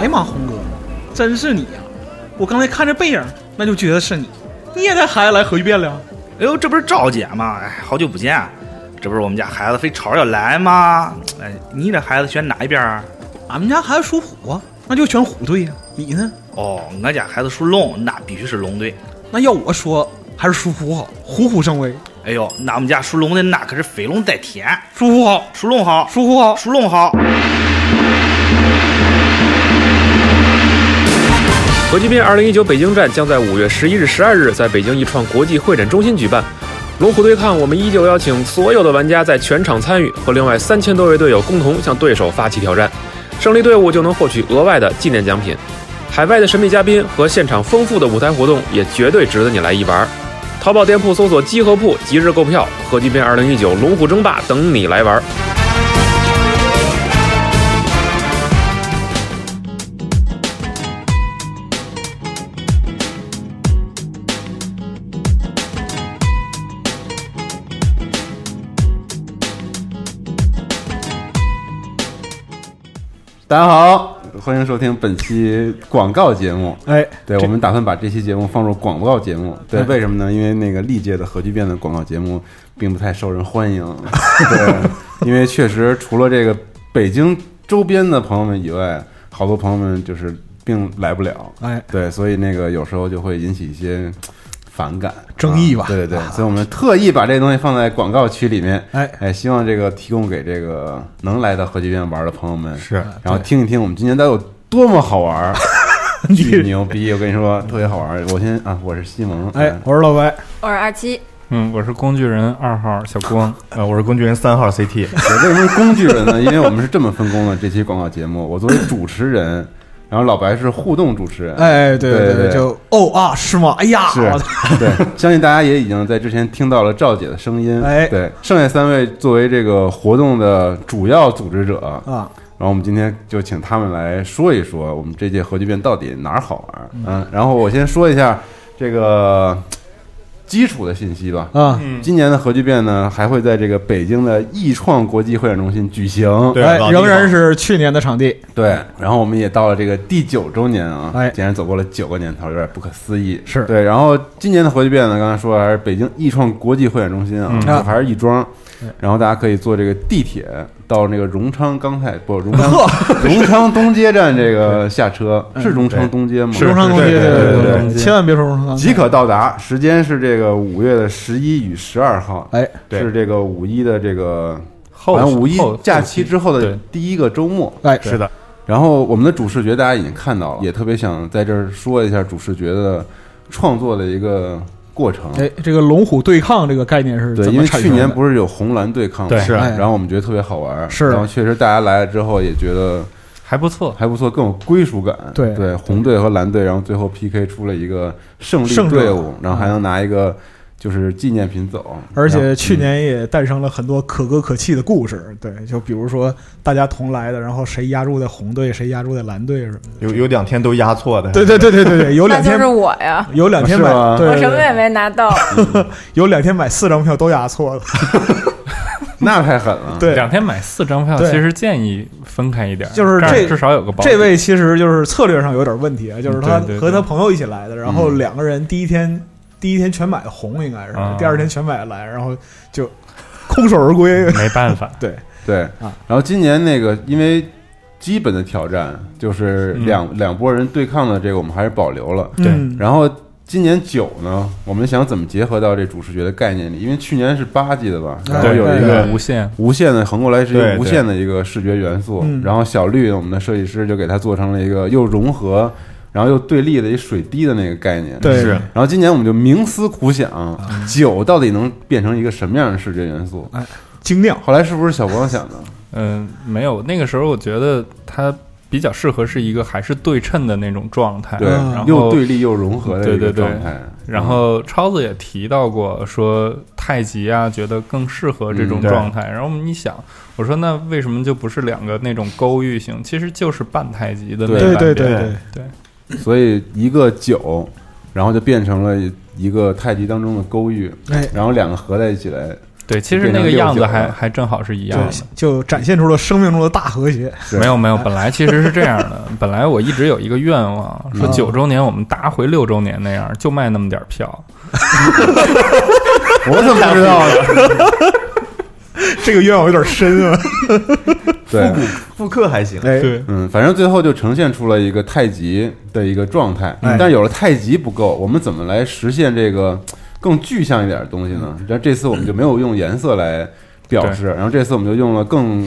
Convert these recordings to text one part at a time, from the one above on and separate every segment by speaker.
Speaker 1: 哎呀妈，红哥，真是你呀、啊我刚才看着背影，那就觉得是你。你也带孩子来合聚变了？
Speaker 2: 哎呦，这不是赵姐吗？哎，好久不见，这不是我们家孩子非吵着要来吗？哎，你这孩子选哪一边啊？
Speaker 1: 俺们家孩子属虎啊，那就选虎队呀、啊你呢？
Speaker 2: 哦，俺家孩子属龙，那必须是龙队。
Speaker 1: 那要我说，还是属虎好，虎虎生威。
Speaker 2: 哎呦，那我们家属龙的那可是飞龙在天，
Speaker 1: 属虎好，
Speaker 2: 属龙好，
Speaker 1: 属虎好。
Speaker 2: 属龙好。
Speaker 3: 核聚变2019北京站将在5月11日、12日在北京一创国际会展中心举办。龙虎对抗，我们依旧邀请所有的玩家在全场参与，和另外三千多位队友共同向对手发起挑战，胜利队伍就能获取额外的纪念奖品。海外的神秘嘉宾和现场丰富的舞台活动也绝对值得你来一玩。淘宝店铺搜索“集合铺”即日购票，核聚变2019龙虎争霸等你来玩。
Speaker 4: 大家好，欢迎收听本期广告节目。
Speaker 5: 哎，
Speaker 4: 对，我们打算把这期节目放入广告节目。对，为什么呢？因为那个历届的核聚变的广告节目并不太受人 欢迎。对，因为确实除了这个北京周边的朋友们以外，好多朋友们就是并来不了。
Speaker 5: 哎，
Speaker 4: 对，所以那个有时候就会引起一些嘖反感、
Speaker 5: 争议吧
Speaker 4: 啊对对对，所以我们特意把这东西放在广告区里面。
Speaker 5: 哎
Speaker 4: 哎，希望这个提供给这个能来到核聚变玩的朋友们
Speaker 5: 是
Speaker 4: 然后
Speaker 5: 对
Speaker 4: 听一听我们今年到底有多么好玩儿，巨牛逼！我跟你说，特别好玩儿。我先啊，我是西蒙，
Speaker 5: 哎，我是老白，
Speaker 6: 我是二七，
Speaker 7: 嗯，我是工具人二号小光，
Speaker 8: 呃，我是工具人三号 CT，
Speaker 4: 我为什么是工具人呢？因为我们是这么分工的。这期广告节目，我作为主持人，然后老白是互动主持人。
Speaker 5: 哎，
Speaker 4: 对
Speaker 5: 对
Speaker 4: 对，
Speaker 5: 就哦啊，是吗？哎呀，
Speaker 4: 是
Speaker 5: 我操，
Speaker 4: 对，相信大家也已经在之前听到了赵姐的声音。
Speaker 5: 哎
Speaker 4: 对，剩下三位作为这个活动的主要组织者，
Speaker 5: 啊，
Speaker 4: 然后我们今天就请他们来说一说我们这届核聚变到底哪儿好玩儿。嗯，然后我先说一下这个基础的信息吧。
Speaker 5: 啊，
Speaker 4: 今年的核聚变呢，还会在这个北京的易创国际会展中心举行。
Speaker 8: 对
Speaker 5: 哎，
Speaker 8: 老地
Speaker 5: 仍然
Speaker 8: 方
Speaker 5: 是去年的场地，
Speaker 4: 对，然后我们也到了这个第九周年啊，
Speaker 5: 哎
Speaker 4: 竟然走过了九个年头，有点不可思议。
Speaker 5: 是
Speaker 4: 对，然后今年的核聚变呢，刚才说还是北京易创国际会展中心啊，就还是亦庄，然后大家可以坐这个地铁到那个荣昌钢泰不 荣昌荣昌东街站这个下车，是荣昌东街吗？
Speaker 5: 荣昌东街，
Speaker 8: 对对
Speaker 5: 对
Speaker 4: 对对
Speaker 5: 对，千万别说荣昌，
Speaker 4: 即可到达，时间是这个五月的十一与十二号，
Speaker 5: 哎，
Speaker 8: 对
Speaker 4: 是这个五一的这个，
Speaker 7: 后
Speaker 4: 好像五一
Speaker 7: 后
Speaker 4: 假期之后的
Speaker 7: 对
Speaker 4: 第一个周末，
Speaker 5: 哎，
Speaker 8: 是的，
Speaker 4: 然后我们的主视觉大家已经看到了，也特别想在这儿说一下主视觉的创作的一个过程。
Speaker 5: 哎，这个龙虎对抗这个概念是
Speaker 4: 对，
Speaker 5: 怎
Speaker 4: 因
Speaker 5: 么
Speaker 4: 为
Speaker 5: 产
Speaker 4: 去
Speaker 5: 生的？
Speaker 4: 年不是有红蓝对抗吗？
Speaker 8: 对
Speaker 4: 是
Speaker 5: 哎
Speaker 4: 然后我们觉得特别好玩，
Speaker 5: 是
Speaker 4: 然后确实大家来了之后也觉得
Speaker 7: 还不错。
Speaker 4: 还不错，更有归属感。
Speaker 5: 对
Speaker 4: 对，红队和蓝队，然后最后 PK 出了一个胜利
Speaker 5: 胜者
Speaker 4: 队伍，然后还能拿一个就是纪念品走。
Speaker 5: 而
Speaker 4: 然后
Speaker 5: 且
Speaker 4: 嗯
Speaker 5: 去年也诞生了很多可歌可泣的故事，对，就比如说大家同来的，然后谁压住的红队，谁压住的蓝队什么的。
Speaker 8: 有有两天都压错的，
Speaker 5: 对对对对对对，有
Speaker 6: 那
Speaker 5: 两
Speaker 6: 就
Speaker 5: 天
Speaker 6: 是我呀，
Speaker 5: 有两天
Speaker 4: 是
Speaker 5: 买
Speaker 4: 吗，
Speaker 5: 对
Speaker 6: 我
Speaker 5: 对
Speaker 6: 什么也
Speaker 5: 对，
Speaker 6: 没拿到，
Speaker 5: 有两天买四张票都压错了，
Speaker 4: 那太狠了。
Speaker 5: 对，
Speaker 7: 两天买四张票，
Speaker 5: 对
Speaker 7: 其实建议分开一点，
Speaker 5: 就是
Speaker 7: 样
Speaker 5: 这
Speaker 7: 至少有个保底
Speaker 5: 这位其实就是策略上有点问题啊，就是他
Speaker 7: 嗯对对对
Speaker 5: 和他朋友一起来的，然后两个人第一天第一天全买了红，应该是
Speaker 7: 啊
Speaker 5: 第二天全买了蓝，然后就空手而归。，
Speaker 7: 没办法
Speaker 5: 对，
Speaker 4: 对
Speaker 5: 啊
Speaker 4: 然后今年那个因为基本的挑战就是两、两拨人对抗的这个我们还是保留了，
Speaker 7: 对
Speaker 5: 嗯
Speaker 4: 然后今年九呢，我们想怎么结合到这主视觉的概念里？因为去年是八记得吧，然后
Speaker 5: 对
Speaker 4: 有一个
Speaker 7: 无限
Speaker 4: 无限的横过来是一
Speaker 8: 对
Speaker 4: 个
Speaker 8: 对
Speaker 4: 无限的一个视觉元素
Speaker 5: 嗯，
Speaker 4: 然后小绿我们的设计师就给它做成了一个又融合，然后又对立的一水滴的那个概念，
Speaker 5: 对啊
Speaker 8: 是
Speaker 4: 然后今年我们就冥思苦想，九到底能变成一个什么样的视觉元素？
Speaker 5: 精酿
Speaker 4: 后来是不是小光想的？
Speaker 7: 嗯，没有。那个时候我觉得它比较适合是一个还是对称的那种状态，
Speaker 4: 对，
Speaker 7: 然
Speaker 4: 又
Speaker 7: 后
Speaker 4: 对立又融合的一个
Speaker 7: 对对对
Speaker 4: 状态。嗯
Speaker 7: 然后超子也提到过说太极啊，觉得更适合这
Speaker 4: 嗯
Speaker 7: 种
Speaker 4: 对
Speaker 7: 状态。然后我们一想，我说那为什么就不是两个那种勾玉型？其实就是半太极的那
Speaker 4: 对
Speaker 5: 对
Speaker 7: 个
Speaker 5: 对
Speaker 7: 感
Speaker 5: 对
Speaker 7: 觉。
Speaker 5: 对，
Speaker 4: 所以一个九，然后就变成了一个太极当中的勾玉，
Speaker 5: 哎
Speaker 4: 然后两个合在一起来，
Speaker 7: 对，其实那个样子还还正好是一样
Speaker 5: 就
Speaker 7: 的。
Speaker 5: 就展现出了生命中的大和谐。
Speaker 4: 对
Speaker 7: 没有没有，本来其实是这样的，本来我一直有一个愿望，说
Speaker 4: 嗯
Speaker 7: 九周年我们搭回六周年那样，就卖那么点儿票。
Speaker 4: 我怎么不知道啊呢？
Speaker 5: 这个愿望有点深啊，
Speaker 4: 对，
Speaker 8: 复刻还行，
Speaker 5: 哎，
Speaker 7: 对
Speaker 4: 嗯，反正最后就呈现出了一个太极的一个状态。
Speaker 5: 哎
Speaker 4: 但有了太极不够，我们怎么来实现这个更具象一点的东西呢？然后这次我们就没有用颜色来表示，然后这次我们就用了更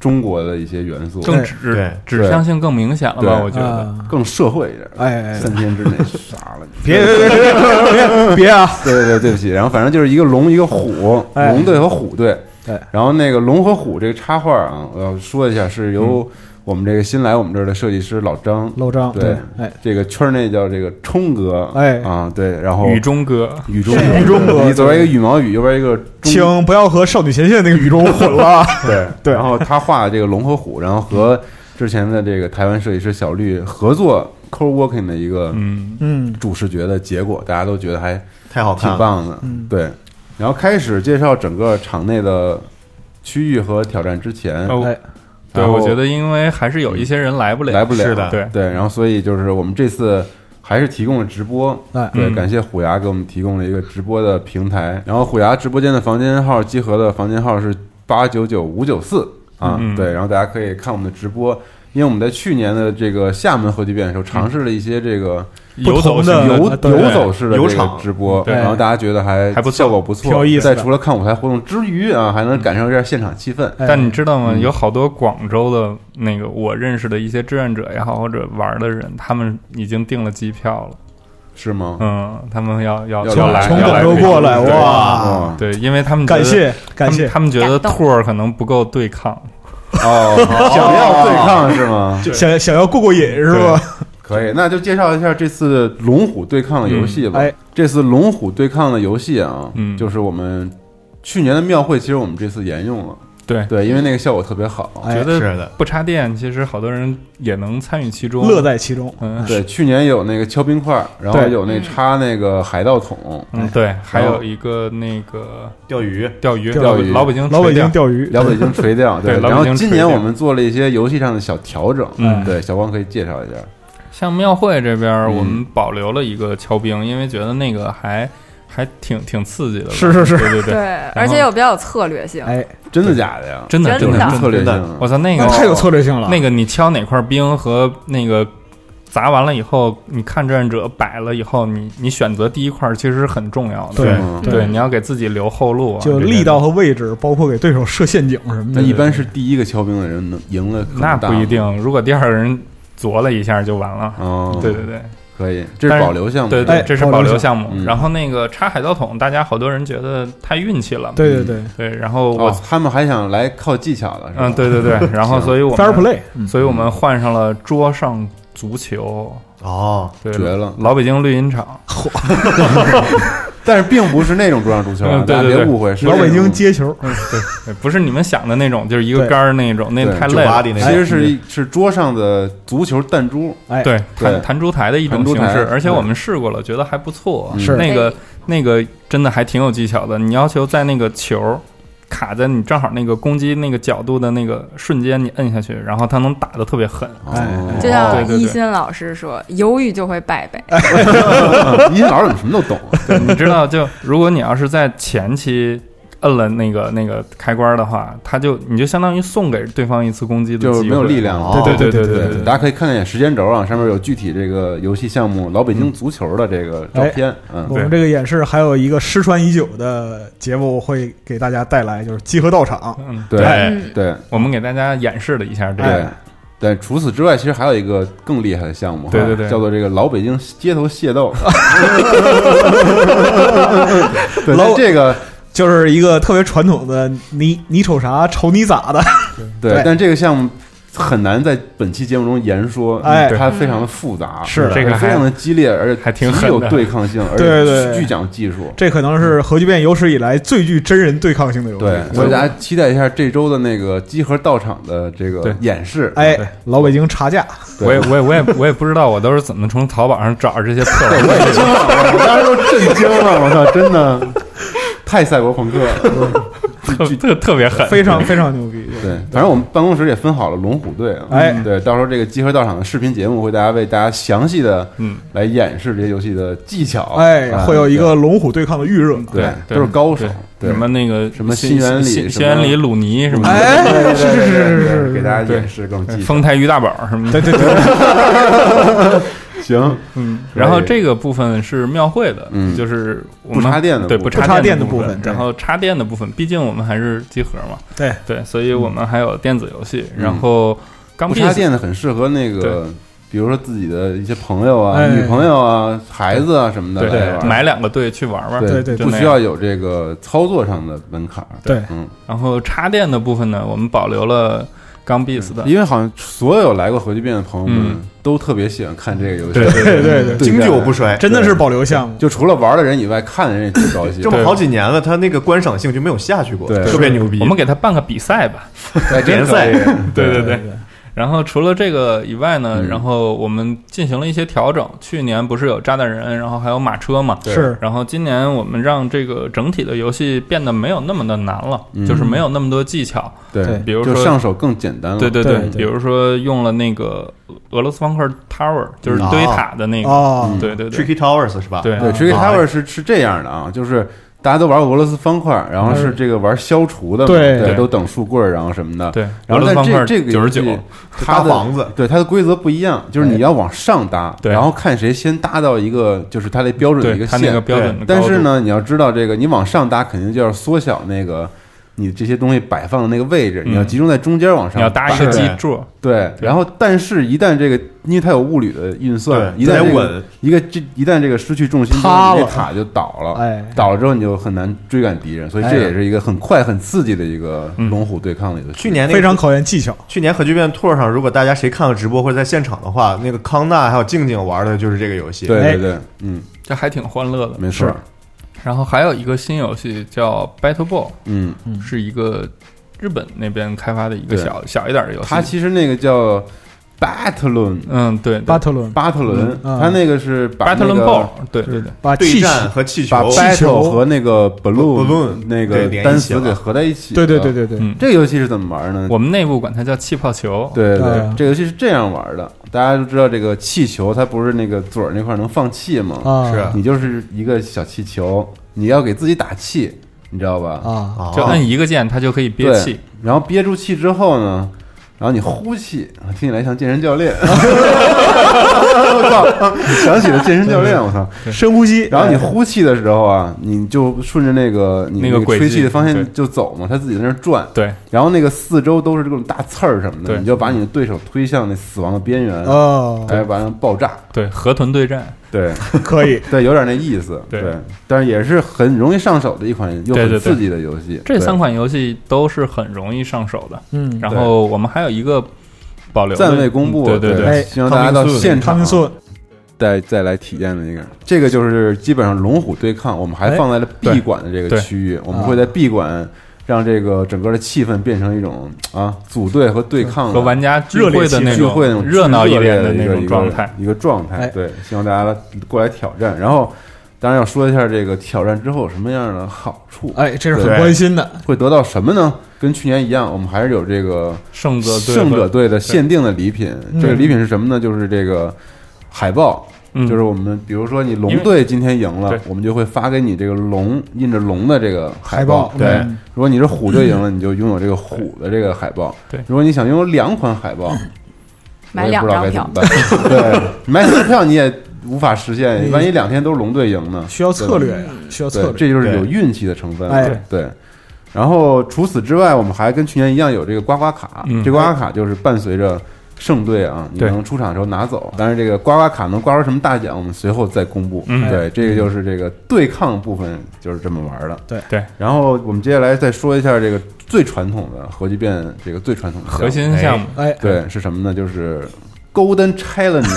Speaker 4: 中国的一些元素，
Speaker 7: 更
Speaker 5: 对
Speaker 7: 指
Speaker 8: 对
Speaker 7: 指向性更明显了吧？
Speaker 4: 对
Speaker 7: 我觉得，
Speaker 5: 啊
Speaker 4: 更社会一点。
Speaker 5: 哎哎哎
Speaker 4: 三天之 内杀了你！
Speaker 5: 别别别别别别别啊！
Speaker 4: 对对对，对不起。然后反正就是一个龙，一个虎，
Speaker 5: 哎
Speaker 4: 龙队和虎队。
Speaker 5: 对，
Speaker 4: 然后那个龙和虎这个插画啊，我要说一下，是由我们这个新来我们这儿的设计师老张
Speaker 5: 嗯老张
Speaker 4: 对，
Speaker 5: 哎，
Speaker 4: 这个圈内叫这个冲哥，
Speaker 5: 哎
Speaker 4: 啊，对，然后
Speaker 7: 雨中歌
Speaker 4: 雨中
Speaker 5: 雨中哥
Speaker 4: 你左边一个羽毛雨，右边一个中
Speaker 5: 请不要和少女前线那个宇宙混了。
Speaker 4: 对
Speaker 5: 对
Speaker 4: 然后他画的这个龙和虎，然后和之前的这个台湾设计师小绿合作 co working 的一个
Speaker 5: 嗯，
Speaker 4: 主视觉的结果，大家都觉得还
Speaker 8: 太好
Speaker 5: 啊
Speaker 8: 看
Speaker 4: 挺
Speaker 8: 了。
Speaker 4: 棒的，对。然后开始介绍整个场内的区域和挑战之前，
Speaker 7: 哦
Speaker 5: 哎，
Speaker 7: 对，
Speaker 4: 然后
Speaker 7: 我觉得因为还是有一些人来不了，
Speaker 4: 来不了，
Speaker 8: 是的
Speaker 7: 对
Speaker 4: 对，然后所以就是我们这次还是提供了直播，
Speaker 5: 哎
Speaker 4: 对，
Speaker 7: 嗯
Speaker 4: 感谢虎牙给我们提供了一个直播的平台。然后虎牙直播间的房间号集合的房间号是八九九五九四啊，
Speaker 7: 嗯
Speaker 4: 对，然后大家可以看我们的直播。因为我们在去年的这个厦门核聚变的时候，尝试了一些这个
Speaker 7: 游走
Speaker 5: 不同
Speaker 7: 型
Speaker 5: 的
Speaker 4: 游
Speaker 5: 呃对嗯
Speaker 4: 游走式的这
Speaker 8: 游
Speaker 4: 个
Speaker 8: 场
Speaker 4: 直播，
Speaker 7: 对
Speaker 4: 然后大家觉得还
Speaker 7: 还不错
Speaker 4: 效果不错，
Speaker 5: 挺有意思
Speaker 4: 在
Speaker 5: 的嗯
Speaker 4: 除了看舞台活动之余啊，还能感受一下现场气氛。
Speaker 5: 哎
Speaker 7: 但你知道吗？有好多广州的那个我认识的一些志愿者也好，或者玩的人，他们已经订了机票了。
Speaker 4: 是吗？
Speaker 7: 嗯，他们要要
Speaker 4: 要
Speaker 7: 要
Speaker 4: 来
Speaker 7: 来
Speaker 5: 从
Speaker 7: 要
Speaker 5: 广
Speaker 7: 来
Speaker 5: 州
Speaker 7: 北京
Speaker 5: 过来，
Speaker 7: 对
Speaker 5: 哇！
Speaker 4: 哦
Speaker 7: 对，因为他们觉
Speaker 5: 感
Speaker 7: 得
Speaker 5: 谢
Speaker 7: 他
Speaker 5: 感
Speaker 7: 们
Speaker 5: 谢，
Speaker 7: 他们觉得
Speaker 6: 感
Speaker 7: tour 可能不够对抗，
Speaker 4: 哦，想要对抗是吗？
Speaker 5: 想想要过过瘾是吧？
Speaker 4: 可以，那就介绍一下这次龙虎对抗的游戏
Speaker 5: 嗯
Speaker 4: 吧。
Speaker 5: 哎
Speaker 4: 这次龙虎对抗的游戏啊，
Speaker 7: 嗯
Speaker 4: 就是我们去年的庙会，其实我们这次沿用了。
Speaker 7: 对
Speaker 4: 对，因为那个效果特别好。
Speaker 5: 哎
Speaker 7: 觉
Speaker 8: 是
Speaker 7: 得
Speaker 8: 的，
Speaker 7: 不插电，其实好多人也能参与其中，
Speaker 5: 乐在其中。
Speaker 7: 嗯
Speaker 4: 对，去年有那个敲冰块，然后
Speaker 5: 对
Speaker 4: 有那插那个海盗桶，
Speaker 7: 嗯对，还有一个那个
Speaker 8: 钓鱼
Speaker 7: 钓鱼，
Speaker 5: 钓
Speaker 4: 鱼
Speaker 7: 老北京
Speaker 5: 老北
Speaker 7: 垂钓
Speaker 5: 京钓 鱼，
Speaker 4: 老北京垂钓。
Speaker 7: 对老北
Speaker 4: 然
Speaker 7: 京
Speaker 4: 后今
Speaker 7: 垂
Speaker 4: 年
Speaker 7: 钓
Speaker 4: 我们做了一些游戏上的小调整。
Speaker 7: 嗯
Speaker 4: 对，小光可以介绍一下。
Speaker 7: 像庙会这边
Speaker 5: 嗯
Speaker 7: 儿，我们保留了一个敲冰，因为觉得那个还还挺挺刺激的吧。
Speaker 5: 是是是
Speaker 7: 对对对，
Speaker 6: 对，而且有比较有策略性。
Speaker 5: 哎，
Speaker 4: 真的假的呀？
Speaker 7: 真的
Speaker 6: 真
Speaker 7: 真
Speaker 6: 的
Speaker 7: 的
Speaker 4: 有策略
Speaker 8: 真
Speaker 4: 性啊
Speaker 8: 的。
Speaker 7: 我操，那个
Speaker 5: 那太有策略性了。
Speaker 7: 那个你敲哪块冰和那个砸完了以后，你看志愿者摆了以后，你你选择第一块儿其实是很重要的。
Speaker 5: 对
Speaker 4: 嗯
Speaker 7: 对，你要给自己留后路啊，
Speaker 5: 就
Speaker 7: 这个
Speaker 5: 力道。和位置，包括给对手设陷阱什么的。
Speaker 4: 那一般是第一个敲冰的人能赢了，
Speaker 7: 那不一。定，如果第二个人啄了一下就完了。
Speaker 4: 哦，
Speaker 7: 对对对
Speaker 4: 可以，这是
Speaker 7: 但是
Speaker 4: 保留项目。啊
Speaker 7: 对
Speaker 5: 哎
Speaker 7: 对，这是
Speaker 5: 保
Speaker 7: 保
Speaker 5: 留
Speaker 7: 留项目
Speaker 4: 嗯。
Speaker 7: 然后那个插海盗桶，大家好多人觉得太运气了。
Speaker 5: 对对对
Speaker 7: 对，然后我
Speaker 4: 哦，他们还想来靠技巧了，是吧？
Speaker 7: 嗯，对 对对，然后所以我
Speaker 5: ，fair
Speaker 7: 们
Speaker 5: play，
Speaker 7: 所以我们换上了桌上足球，
Speaker 8: 哦，
Speaker 7: 对，
Speaker 4: 绝了
Speaker 7: 老北京绿 茵场，
Speaker 4: 但是并不是那种桌上足球啊，
Speaker 7: 嗯对
Speaker 4: 大家
Speaker 7: 对
Speaker 4: 别
Speaker 7: 对
Speaker 4: 误会，是
Speaker 5: 老
Speaker 4: 那
Speaker 5: 北京
Speaker 4: 种
Speaker 5: 接球，
Speaker 7: 嗯对不是你们想的那种，就是一个
Speaker 5: 对
Speaker 7: 杆儿那种，那
Speaker 4: 对
Speaker 7: 太
Speaker 8: 酒
Speaker 7: 累
Speaker 8: 吧
Speaker 7: 了。
Speaker 8: 里那
Speaker 4: 其实
Speaker 7: 嗯
Speaker 4: 是一是桌上的足球弹珠，
Speaker 5: 哎，
Speaker 7: 对，
Speaker 4: 对
Speaker 7: 弹弹珠台的一种
Speaker 4: 弹珠
Speaker 7: 形
Speaker 4: 台
Speaker 7: 式，而且
Speaker 4: 对嗯
Speaker 7: 我们试过了，觉得还不错。
Speaker 4: 是
Speaker 7: 那个
Speaker 6: 对
Speaker 7: 那个真的还挺有技巧的，你要求在那个球。卡在你正好那个攻击那个角度的那个瞬间，你摁下去，然后它能打得特别狠。
Speaker 4: 哦
Speaker 6: 就
Speaker 7: 对
Speaker 6: 像
Speaker 7: 对对
Speaker 6: 一心老师说，犹豫就会败北。
Speaker 4: 你老师怎么什么都懂 啊？
Speaker 7: 对，你知道，就如果你要是在前期摁了那个那个开关的话，它就你就相当于送给对方一次攻击的机
Speaker 4: 就
Speaker 7: 会，
Speaker 4: 没有力。量了。
Speaker 8: 哦
Speaker 7: 对对对
Speaker 5: 对
Speaker 7: 对
Speaker 4: 大家可以看看眼时间轴啊，上面有具体这个游戏项目老北京足球的这个照片，嗯
Speaker 5: 我，们这个演示还有一个失传已久的节目会给大家带来，就是集合到场。
Speaker 7: 嗯，
Speaker 4: 对
Speaker 6: 嗯，
Speaker 4: 对
Speaker 7: 我们给大家演示了一下这
Speaker 4: 对
Speaker 5: 哎
Speaker 7: 个，。
Speaker 4: 对，除此之外，其实还有一个更厉害的项目哈，
Speaker 7: 对对对
Speaker 4: 叫做这个老北京街头械 斗。对，
Speaker 5: 老
Speaker 4: 那这个
Speaker 5: 就是一个特别传统的你你瞅啥瞅你咋的，
Speaker 4: 对
Speaker 5: 对，
Speaker 4: 但这个项目很难在本期节目中言说，
Speaker 5: 哎
Speaker 4: 它非常的复杂，
Speaker 5: 是的
Speaker 7: 这个
Speaker 4: 非
Speaker 7: 还
Speaker 4: 常的激烈，而且
Speaker 7: 还挺
Speaker 4: 极
Speaker 7: 狠
Speaker 4: 有
Speaker 7: 的
Speaker 4: 对抗性，而
Speaker 5: 对
Speaker 4: 且
Speaker 5: 对
Speaker 4: 巨讲技术。
Speaker 5: 这可能是核聚变有史以来最具真人对抗性的游戏。
Speaker 4: 对，所以大家期待一下这周的那个集合到场的这个
Speaker 7: 对
Speaker 4: 演示。
Speaker 5: 哎，老北京差价，
Speaker 4: 对
Speaker 7: 我也我也我也我也不知道我都是怎么从 淘宝上找着这些破玩意
Speaker 4: 我
Speaker 7: 儿
Speaker 4: 也惊了，我当时都震惊了，我操，真的 太赛博朋克了。
Speaker 7: 特特特别狠，
Speaker 5: 非常非常牛逼。
Speaker 4: 对，反正我们办公室也分好了龙虎队啊。
Speaker 5: 哎
Speaker 4: 对，到时候这个集合到场的视频节目会大家为大家详细的
Speaker 7: 嗯
Speaker 4: 来演示这些游戏的技巧。
Speaker 5: 哎，
Speaker 4: 啊
Speaker 5: 会有一个龙虎对抗的预热。
Speaker 4: 对
Speaker 7: 对对
Speaker 4: 都是高手对
Speaker 7: 对。什么那个
Speaker 4: 什么新
Speaker 7: 新
Speaker 4: 原理
Speaker 7: 新
Speaker 4: 什
Speaker 7: 新
Speaker 4: 么
Speaker 7: 原理鲁尼什么的，
Speaker 5: 哎，是是是是
Speaker 4: 对
Speaker 5: 是是，
Speaker 4: 给大家演示各种技巧。
Speaker 7: 丰台于大宝什么的。
Speaker 5: 对对对，
Speaker 4: 行，
Speaker 7: 嗯，然后
Speaker 4: 可以
Speaker 7: 这个部分是庙会的，
Speaker 4: 嗯
Speaker 7: 就是我
Speaker 4: 不
Speaker 7: 们
Speaker 4: 插电的部分
Speaker 7: 对不
Speaker 5: 不插
Speaker 7: 电
Speaker 5: 电的部
Speaker 7: 分
Speaker 5: 分，对
Speaker 7: 然后插电的部分，毕竟我们还是集合嘛，
Speaker 5: 对
Speaker 7: 对，所以我们还有电子游戏，
Speaker 4: 嗯
Speaker 7: 然后刚
Speaker 4: 不
Speaker 7: 毕
Speaker 4: 插电的很适合那个
Speaker 7: 对，
Speaker 4: 比如说自己的一些朋友啊、
Speaker 5: 哎
Speaker 4: 女朋友啊、孩子啊什么的
Speaker 7: 对
Speaker 4: 来玩，
Speaker 7: 买两个队去玩玩，
Speaker 5: 对
Speaker 4: 对
Speaker 5: 对
Speaker 7: 就
Speaker 4: 不
Speaker 7: 那
Speaker 4: 需
Speaker 7: 样
Speaker 4: 要有这个操作上的门槛儿。
Speaker 5: 对
Speaker 4: 嗯，
Speaker 7: 然后插电的部分呢，我们保留了刚 beats 的，
Speaker 4: 因为好像所有来过核聚变的朋友们
Speaker 7: 嗯
Speaker 4: 都特别喜欢看这个游戏，
Speaker 7: 对对
Speaker 5: 对对对
Speaker 4: 对
Speaker 8: 经久不衰。
Speaker 5: 真的是保留项目。
Speaker 4: 就除了玩的人以外，看的人也挺高兴
Speaker 8: 这。么好几年了，他那个观赏性就没有下去过，
Speaker 4: 对
Speaker 8: 特别牛逼。
Speaker 7: 我们给他办个比 赛吧，
Speaker 4: 哎真
Speaker 8: 联
Speaker 4: 可以
Speaker 7: 对对
Speaker 5: 对，
Speaker 7: 然后除了这个以外呢，
Speaker 4: 嗯
Speaker 7: 然后我们进行了一些调整。去年不是有炸弹人，然后还有马车嘛，
Speaker 4: 对
Speaker 5: 是
Speaker 7: 然后今年我们让这个整体的游戏变得没有那么的难了，
Speaker 4: 嗯
Speaker 7: 就是没有那么多技巧。
Speaker 4: 对，
Speaker 7: 比如
Speaker 4: 就
Speaker 7: 说
Speaker 4: 上手更简单了。
Speaker 7: 对对
Speaker 5: 对对
Speaker 7: 比如说用了那个俄罗斯方块 tower，就是
Speaker 4: 啊
Speaker 7: 堆塔的那个，
Speaker 5: 哦，
Speaker 7: 对对对
Speaker 8: Tricky Towers 是吧？
Speaker 7: 对
Speaker 4: 对
Speaker 5: 啊
Speaker 4: ，Tricky Tower 是是这样的啊，就是大家都玩俄罗斯方块，然后是这个玩消除的嘛，
Speaker 5: 嗯对
Speaker 4: 都等数棍儿，然后什么的。
Speaker 7: 对，
Speaker 4: 然后
Speaker 7: 俄罗
Speaker 4: 但
Speaker 7: 斯方块
Speaker 4: 这这个
Speaker 7: 九
Speaker 4: 游
Speaker 7: 十
Speaker 4: 戏
Speaker 7: 九，
Speaker 4: 它
Speaker 8: 搭
Speaker 4: 的
Speaker 8: 房子，
Speaker 4: 对它的规则不一样，就是你要往上搭，
Speaker 7: 对
Speaker 4: 然后看谁先搭到一个就是它的标准的一
Speaker 7: 对它那
Speaker 4: 线
Speaker 7: 个。标准的高
Speaker 4: 但
Speaker 7: 度，
Speaker 4: 是呢，你要知道这个，你往上搭肯定就要缩小那个你这些东西摆放的那个位置，
Speaker 7: 嗯
Speaker 4: 你要集中在中间往上
Speaker 7: 你要搭一个
Speaker 4: 摆
Speaker 7: 基
Speaker 8: 对
Speaker 7: 座，
Speaker 4: 对，然后但是，一旦这个，因为它有物理的运算，
Speaker 8: 对
Speaker 4: 一旦、
Speaker 8: 它
Speaker 4: 这
Speaker 8: 得
Speaker 4: 个、
Speaker 8: 稳，
Speaker 4: 一个这一旦这个失去重心，
Speaker 5: 塌
Speaker 4: 这
Speaker 5: 了
Speaker 4: 个塔就倒了，
Speaker 5: 哎
Speaker 4: 倒了之后你就很难追赶敌人，所以
Speaker 5: 哎
Speaker 4: 这也是一个很快、很刺激的一个
Speaker 7: 嗯
Speaker 4: 龙虎对抗的游戏。
Speaker 8: 去年那个
Speaker 5: 非常考验技巧。
Speaker 8: 去年核聚变 tour 上，如果大家谁看了直播或者在现场的话，那个康纳还有静静玩的就是这个游戏。
Speaker 4: 对
Speaker 5: 哎
Speaker 4: 对对，嗯，
Speaker 7: 这还挺欢乐的。
Speaker 4: 没错，
Speaker 7: 然后还有一个新游戏叫 Battle Ball，
Speaker 4: 嗯，
Speaker 7: 是一个日本那边开发的一个
Speaker 4: 对
Speaker 7: 小小一点的游戏。
Speaker 4: 它其实那个叫 Battlon
Speaker 7: 嗯，对，
Speaker 5: 巴
Speaker 7: 对
Speaker 5: 特伦
Speaker 4: 巴特伦，
Speaker 5: 嗯
Speaker 4: 它那个是把那
Speaker 7: Battle
Speaker 4: 个嗯
Speaker 7: and Ball，对对对，
Speaker 5: 把
Speaker 8: 对
Speaker 5: 气
Speaker 8: 战
Speaker 5: 势，
Speaker 8: 和气
Speaker 4: 把
Speaker 8: 球，
Speaker 4: battle
Speaker 5: 球
Speaker 4: 和那个
Speaker 8: balloon，
Speaker 4: 那
Speaker 8: 对
Speaker 4: 个
Speaker 8: 连一
Speaker 4: 单
Speaker 8: 起
Speaker 4: 词给
Speaker 8: 了
Speaker 4: 合在一起。
Speaker 5: 对对对，对对，
Speaker 7: 嗯，
Speaker 4: 这个游戏是怎么玩呢？
Speaker 7: 我们内部管它叫气泡球。
Speaker 4: 对对
Speaker 5: 对啊
Speaker 4: 这游戏是这样玩的，大家都知道这个气球，它不是那个嘴儿那块能放气吗？
Speaker 5: 啊
Speaker 8: 是
Speaker 4: 你就是一个小气球，你要给自己打气，你知道吧？
Speaker 5: 啊，
Speaker 8: 啊
Speaker 7: 就摁一个键，它就可以憋
Speaker 4: 对
Speaker 7: 气。，
Speaker 4: 然后憋住气之后呢，然后你呼气，听起来像健身教练。 我操！想起了健身教练，我操！
Speaker 5: 深呼吸，
Speaker 4: 然后你呼气的时候啊，你就顺着那个你
Speaker 7: 那个
Speaker 4: 个
Speaker 7: 轨
Speaker 4: 吹气
Speaker 7: 迹嗯
Speaker 4: 的方
Speaker 7: 对
Speaker 4: 向就走嘛，它自己在那儿转。
Speaker 7: 对，
Speaker 4: 然后那个四周都是这种大刺儿什么的，
Speaker 7: 对
Speaker 4: 你就把你的对手推向那死亡的边缘，
Speaker 5: 哦，
Speaker 4: 哎，完了爆炸，
Speaker 7: 对，河豚对战，
Speaker 4: 对
Speaker 5: 可以，
Speaker 4: 对，有点那意思，
Speaker 7: 对
Speaker 4: 对，但是也是很容易上手的一款又
Speaker 7: 对
Speaker 4: 很
Speaker 7: 对对
Speaker 4: 刺激的游戏。
Speaker 7: 这
Speaker 4: 对
Speaker 7: 三款游戏都是很容易上手的。
Speaker 5: 嗯，
Speaker 7: 然后我们还有一个保留的
Speaker 4: 暂未公布，
Speaker 7: 对对
Speaker 5: 哎
Speaker 7: 对，
Speaker 4: 希望大家到现
Speaker 5: 他
Speaker 4: 场
Speaker 5: 们说
Speaker 4: 再再来体验的一个，这个就是基本上龙虎对抗，我们还
Speaker 5: 哎
Speaker 4: 放在了
Speaker 7: 对
Speaker 4: B 馆的这个
Speaker 7: 对啊
Speaker 4: 区域，我们会在 B 馆。让这个整个的气氛变成一种啊组队和对抗的啊
Speaker 7: 和玩家聚会的那
Speaker 4: 聚会那
Speaker 7: 种
Speaker 4: 种
Speaker 7: 热闹一
Speaker 4: 烈
Speaker 7: 点
Speaker 4: 的
Speaker 7: 的
Speaker 4: 一
Speaker 7: 那
Speaker 4: 个
Speaker 7: 种状态。，
Speaker 4: 一个一个状态。
Speaker 5: 哎
Speaker 4: 对，希望大家来过来挑战。然后，当然要说一下这个挑战之后有什么样的好处，
Speaker 7: 啊
Speaker 5: 哎，这是很
Speaker 8: 对
Speaker 5: 关心的，
Speaker 4: 会得到什么呢？跟去年一样，我们还是有这个
Speaker 7: 胜者对
Speaker 4: 胜
Speaker 7: 和
Speaker 4: 者队的限定的礼品。这个礼品是什么呢？就是这个海报。
Speaker 7: 嗯
Speaker 4: 就是我们，比如说你龙
Speaker 7: 因为
Speaker 4: 队今天赢了
Speaker 7: 对，
Speaker 4: 我们就会发给你这个龙印着龙的这个海
Speaker 5: 报，
Speaker 4: 对，
Speaker 5: 嗯
Speaker 4: 如果你是虎队赢了，你就拥有这个虎的这个海报。
Speaker 7: 对
Speaker 4: 如果你想拥有两款海报，
Speaker 6: 买两张票，
Speaker 4: 我也不知道该怎么办。对，买四票你也无法实现，万一两天都是龙队赢呢？
Speaker 5: 需要策略呀，需要
Speaker 4: 对
Speaker 5: 策
Speaker 4: 吧，对，
Speaker 5: 略，
Speaker 4: 这就是有运气的成分
Speaker 5: 哎
Speaker 4: 了。对。然后除此之外，我们还跟去年一样有这个刮刮卡，
Speaker 7: 嗯
Speaker 4: 这刮刮卡就是伴随着胜队啊，你
Speaker 7: 对
Speaker 4: 能出场的时候拿走。但是这个刮刮卡能刮出什么大奖，我们随后再公布。
Speaker 7: 嗯
Speaker 5: 哎
Speaker 4: 对，这个就是这个对抗部分就是这么玩的。
Speaker 5: 对
Speaker 7: 对。
Speaker 4: 然后我们接下来再说一下这个最传统的核聚变，这个最传统的项目
Speaker 7: 核心项目。
Speaker 5: 哎，
Speaker 4: 对，是什么呢？就是 Golden Challenge，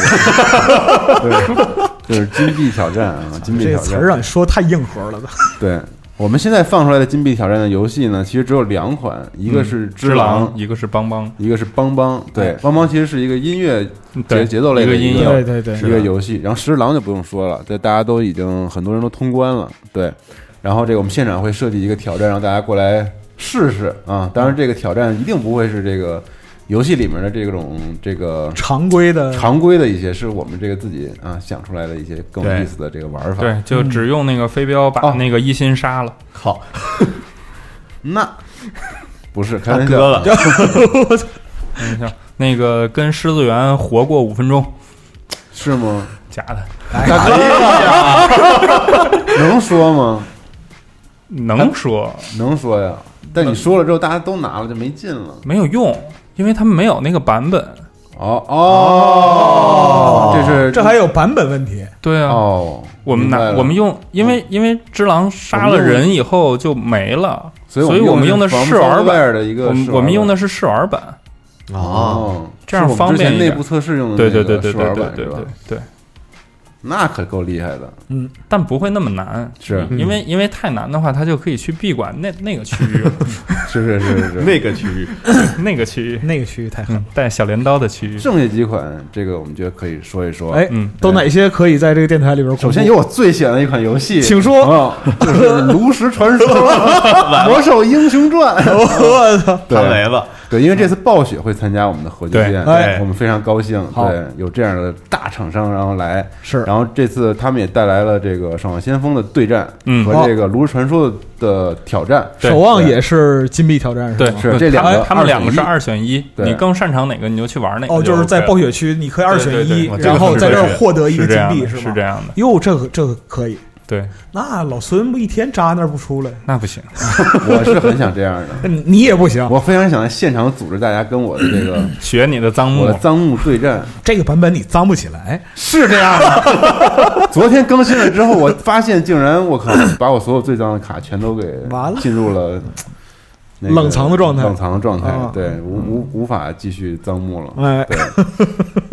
Speaker 4: 对，就是金币挑战啊，金币
Speaker 5: 这
Speaker 4: 挑
Speaker 5: 个词儿
Speaker 4: 战。
Speaker 5: 让你说太硬核了吧？
Speaker 4: 对，我们现在放出来的金币挑战的游戏呢，其实只有两款，一个是
Speaker 7: 嗯只
Speaker 4: 只狼，
Speaker 7: 一个是邦邦，
Speaker 4: 一个是邦邦。对，邦邦其实是一个音乐节
Speaker 7: 对
Speaker 4: 嗯节奏类
Speaker 7: 一
Speaker 4: 的
Speaker 7: 个音
Speaker 4: 一
Speaker 7: 乐
Speaker 5: 对，对对，
Speaker 4: 一个游戏，然后食狼就不用说了，这大家都已经很多人都通关了，对。然后这个我们现场会设计一个挑战，让大家过来试试啊。当然，这个挑战一定不会是这个游戏里面的这种这个
Speaker 5: 常规的
Speaker 4: 常规的一些，是我们这个自己啊想出来的一些更有
Speaker 8: 对
Speaker 4: 意思的这个玩法。
Speaker 7: 对，就只用那个飞镖把
Speaker 4: 哦
Speaker 7: 那个一心杀了。
Speaker 8: 靠，
Speaker 4: 那不是开
Speaker 8: 他
Speaker 4: 玩
Speaker 8: 哥
Speaker 4: 笑，
Speaker 8: 了，
Speaker 7: 等一下，嗯那个跟狮子猿活过五分钟，
Speaker 4: 是吗？
Speaker 7: 假的，
Speaker 4: 大哥，能说吗？哎
Speaker 7: 能说
Speaker 4: 能说呀。但你说了之后，大家都拿了就没劲了。
Speaker 7: 没有用，因为他们没有那个版本。
Speaker 4: 哦哦，这是
Speaker 5: 这还有版本问题，
Speaker 7: 对啊，
Speaker 4: 哦，
Speaker 7: 我们
Speaker 4: 明白
Speaker 7: 拿
Speaker 4: 了嗯
Speaker 7: 我们用，因为因为只狼杀了人以后就没了，
Speaker 4: 所以
Speaker 7: 所以我们用的是试玩版
Speaker 4: 的一个试
Speaker 7: 我
Speaker 4: 玩
Speaker 7: 们
Speaker 4: 版，
Speaker 7: 我们用的是试玩版。
Speaker 8: 啊，
Speaker 4: 哦，
Speaker 7: 这样
Speaker 4: 是我们
Speaker 7: 方便
Speaker 4: 之
Speaker 7: 一
Speaker 4: 前
Speaker 7: 点
Speaker 4: 内部测试用的
Speaker 7: 对对
Speaker 4: 那
Speaker 7: 对
Speaker 4: 个
Speaker 7: 对
Speaker 4: 试
Speaker 7: 对
Speaker 4: 玩
Speaker 7: 对
Speaker 4: 版
Speaker 7: 对
Speaker 4: 是吧
Speaker 7: 对？对，
Speaker 4: 那可够厉害的，
Speaker 7: 但不会那么难，
Speaker 4: 是
Speaker 7: 因
Speaker 5: 嗯
Speaker 7: 为因为太难的话，他就可以去闭馆那那个区域了，
Speaker 4: 是是是是是。
Speaker 8: 那个区域
Speaker 7: 那个区域，
Speaker 5: 那个区域太狠。
Speaker 7: 嗯，带小镰刀的区域。
Speaker 4: 剩下几款，这个我们觉得可以说一说。
Speaker 5: 哎，
Speaker 7: 嗯，
Speaker 5: 都哪些可以在这个电台里边公布？
Speaker 4: 首先有我最喜欢的一款游戏，
Speaker 5: 请说
Speaker 4: 啊，就是《炉石传说》 《魔兽英雄传》。
Speaker 5: 我操，
Speaker 8: 潘
Speaker 4: 对
Speaker 8: 雷子，
Speaker 4: 对，因为这次暴雪会参加我们的合集
Speaker 7: 对
Speaker 4: 店，
Speaker 5: 哎
Speaker 4: 我们非常高兴。
Speaker 5: 好
Speaker 4: 对，有这样的大厂商然后来，
Speaker 5: 是
Speaker 4: 然后这次他们也带来了这个《守望先锋》的对战
Speaker 7: 嗯
Speaker 4: 和这个《炉石传说》的挑战，
Speaker 7: 对
Speaker 5: 守望
Speaker 4: 对
Speaker 5: 也是金币挑战是
Speaker 7: 对
Speaker 5: 吗？，
Speaker 4: 是这两个
Speaker 7: 他们他们两个是
Speaker 4: 二
Speaker 7: 二选一，
Speaker 4: 对
Speaker 7: 你更擅长哪个你就去玩哪个。
Speaker 5: 哦，就是在暴
Speaker 7: 雪
Speaker 5: 雪区，你可以二选
Speaker 7: 对
Speaker 5: 一
Speaker 7: 对对，对
Speaker 5: 然后在这
Speaker 7: 这个
Speaker 5: 儿
Speaker 7: 是
Speaker 5: 获得一个
Speaker 7: 这
Speaker 5: 金
Speaker 7: 样
Speaker 5: 币
Speaker 7: 的，是
Speaker 5: 吗
Speaker 7: 这？样的，
Speaker 5: 哟，这个这个可以。
Speaker 7: 对，
Speaker 5: 那老孙不一天扎那儿不出来，
Speaker 7: 那不行，
Speaker 4: 我是很想这样的，
Speaker 5: 那你你也不行。
Speaker 4: 我非常想在现场组织大家跟我的这个
Speaker 7: 学你的脏
Speaker 4: 我
Speaker 7: 木
Speaker 4: 的，赃木对战，
Speaker 5: 这个版本你脏不起来，
Speaker 4: 是这样的。昨天更新了之后，我发现竟然我靠，把我所有最脏的卡全都给
Speaker 5: 完了
Speaker 4: 进入了。那个
Speaker 5: 冷藏的状态
Speaker 4: 冷藏的状态，
Speaker 5: 啊
Speaker 4: 对，无无无法继续脏木了。
Speaker 5: 哎，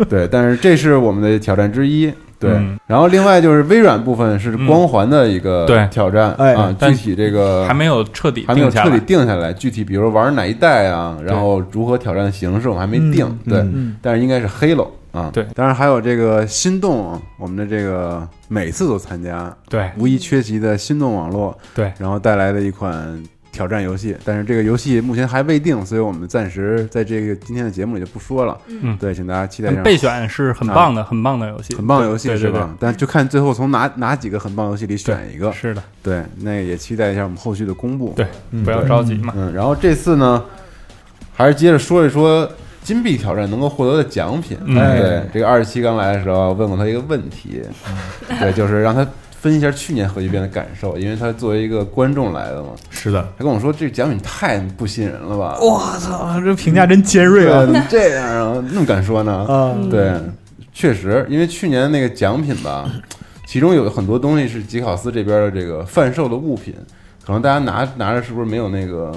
Speaker 4: 对，但是这是我们的挑战之一。对，
Speaker 7: 嗯
Speaker 4: 然后另外就是微软部分是光环的一个
Speaker 7: 嗯对
Speaker 4: 挑战、
Speaker 5: 哎
Speaker 4: 啊，具
Speaker 7: 但
Speaker 4: 体这个
Speaker 7: 还没有彻底
Speaker 4: 还没
Speaker 7: 定
Speaker 4: 有
Speaker 7: 下
Speaker 4: 彻底
Speaker 7: 来。
Speaker 4: 定下来，具体比如玩哪一代啊，然后如何挑战形式，我们还没定。
Speaker 5: 嗯
Speaker 4: 对、
Speaker 5: 嗯
Speaker 4: 但是应该是黑喽啊。
Speaker 7: 对
Speaker 4: 当然还有这个心动，我们的这个每次都参加，
Speaker 7: 对
Speaker 4: 无一缺席的心动网络，
Speaker 7: 对，
Speaker 4: 然后带来的一款挑战游戏。但是这个游戏目前还未定，所以我们暂时在这个今天的节目里就不说了。
Speaker 7: 嗯
Speaker 4: 对，请大家期待一下。
Speaker 7: 备选是很棒的，很棒的游戏，
Speaker 4: 很棒的游戏
Speaker 7: 对
Speaker 4: 是
Speaker 7: 对对
Speaker 4: 吧？但就看最后从哪哪几个很棒游戏里选一个。
Speaker 7: 是的，
Speaker 4: 对，那也期待一下我们后续的公布。
Speaker 7: 对，不要着急嘛。
Speaker 4: 嗯，然后这次呢，还是接着说一说金币挑战能够获得的奖品。哎
Speaker 7: 嗯
Speaker 4: 对，这个二十七刚来的时候问过他一个问题，
Speaker 7: 嗯
Speaker 4: 对，就是让他分析一下去年核聚变的感受，因为他作为一个观众来的嘛，
Speaker 8: 是的，
Speaker 4: 他跟我说这奖品太不吸引人了吧？
Speaker 5: 我操，这评价真尖锐
Speaker 4: 对啊，
Speaker 5: 啊！
Speaker 4: 怎么这样啊？那么敢说呢？
Speaker 5: 啊，
Speaker 4: 对，确实，因为去年那个奖品吧， 其中有很多东西是吉考斯这边的这个贩售的物品，可能大家拿拿着是不是没有那个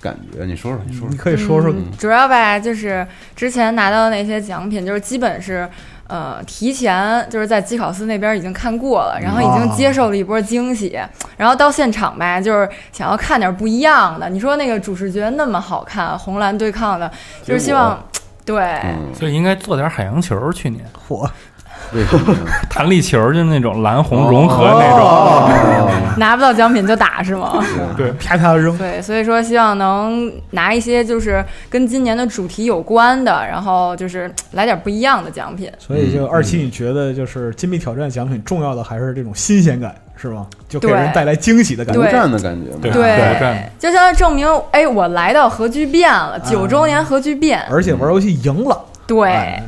Speaker 4: 感觉？你说说，你说
Speaker 5: 你
Speaker 4: 说。
Speaker 5: 可以说说，
Speaker 6: 嗯主要吧，就是之前拿到的那些奖品，就是基本是。呃，提前就是在基考斯那边已经看过了，然后已经接受了一波惊喜，然后到现场吧，就是想要看点不一样的。你说那个主视觉那么好看，红蓝对抗的，就是希望，对，
Speaker 4: 嗯，
Speaker 7: 所以应该做点海洋球，去年
Speaker 5: 嚯，
Speaker 4: 为什么呢？
Speaker 7: 弹力球就是那种蓝红融合那种，
Speaker 4: 哦
Speaker 6: 拿不到奖品就打是吗？
Speaker 5: 对，啪啪扔，
Speaker 6: 对，所以说希望能拿一些就是跟今年的主题有关的，然后就是来点不一样的奖品。
Speaker 5: 所以就二期，你觉得就是金币挑战奖品重要的还是这种新鲜感，是吗？就给人
Speaker 6: 对
Speaker 5: 带来惊喜的感
Speaker 4: 独
Speaker 5: 觉。
Speaker 6: 对
Speaker 4: 占的感觉嘛。
Speaker 7: 对
Speaker 6: 对，
Speaker 7: 对战
Speaker 6: 就相当于证明，哎，我来到核聚变了，
Speaker 4: 嗯
Speaker 6: 九周年核聚变，
Speaker 5: 而且玩游戏赢了，
Speaker 6: 对
Speaker 5: 哎，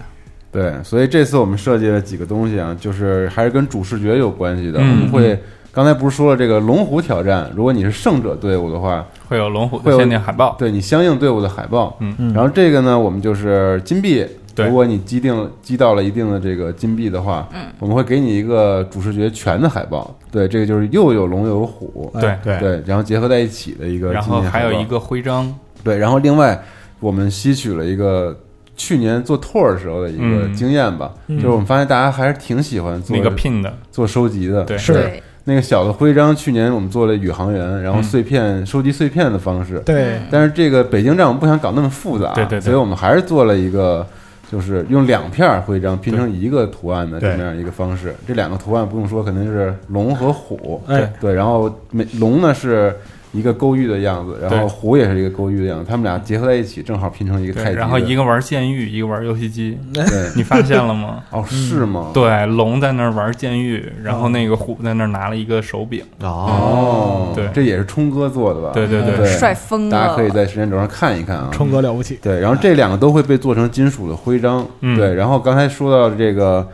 Speaker 4: 对，所以这次我们设计了几个东西啊，就是还是跟主视觉有关系的。
Speaker 7: 嗯
Speaker 4: 我们会刚才不是说了这个龙虎挑战，如果你是胜者队伍的话，
Speaker 7: 会有龙虎
Speaker 4: 会
Speaker 7: 的
Speaker 4: 有
Speaker 7: 限定海报，
Speaker 4: 对你相应队伍的海报。
Speaker 7: 嗯
Speaker 5: 嗯
Speaker 4: 然后这个呢，我们就是金币。
Speaker 7: 对
Speaker 4: 如果你积定积到了一定的这个金币的话，嗯，我们会给你一个主视觉全的海报。对，这个就是又有龙又有虎，
Speaker 7: 对，
Speaker 8: 对，
Speaker 4: 对，然后结合在一起的一个。
Speaker 7: 然后还有一个徽章，
Speaker 4: 对，然后另外我们吸取了一个去年做 tour 的时候的一个
Speaker 7: 嗯
Speaker 4: 经验吧，就是我们发现大家还是挺喜欢做
Speaker 7: 那个 pin 的，
Speaker 4: 做收集的，
Speaker 7: 对
Speaker 5: 是
Speaker 6: 对
Speaker 4: 那个小的徽章，去年我们做了宇航员，
Speaker 7: 嗯
Speaker 4: 然后碎片、收集碎片的方式，
Speaker 5: 对，
Speaker 4: 但是这个北京站我们不想搞那么复杂，
Speaker 7: 对对对
Speaker 4: 所以我们还是做了一个就是用两片儿徽章拼成一个图案的
Speaker 8: 对
Speaker 4: 这么样一个方式。这两个图案不用说，肯定是龙和虎。
Speaker 5: 哎
Speaker 4: 对，然后每龙呢是一个勾玉的样子，然后
Speaker 7: 对
Speaker 4: 虎也是一个勾玉的样子，他们俩结合在一起，正好拼成一个太极
Speaker 7: 对，
Speaker 4: 的。
Speaker 7: 然后一个玩监狱，一个玩游戏机，
Speaker 4: 对
Speaker 7: 你发现了吗？
Speaker 4: 哦是吗？
Speaker 7: 对，龙在那儿玩监狱，然后那个虎在那儿拿了一个手柄。
Speaker 8: 哦，
Speaker 4: 哦，
Speaker 7: 对
Speaker 4: 这也是冲哥做的吧？
Speaker 7: 对对对，
Speaker 4: 对
Speaker 6: 帅疯
Speaker 4: 大家
Speaker 6: 了
Speaker 4: 可以，在时间轴上看一看啊。
Speaker 6: 嗯
Speaker 5: 冲哥了不起，
Speaker 4: 对，然后这两个都会被做成金属的徽章。
Speaker 7: 嗯
Speaker 4: 对，然后刚才说到这个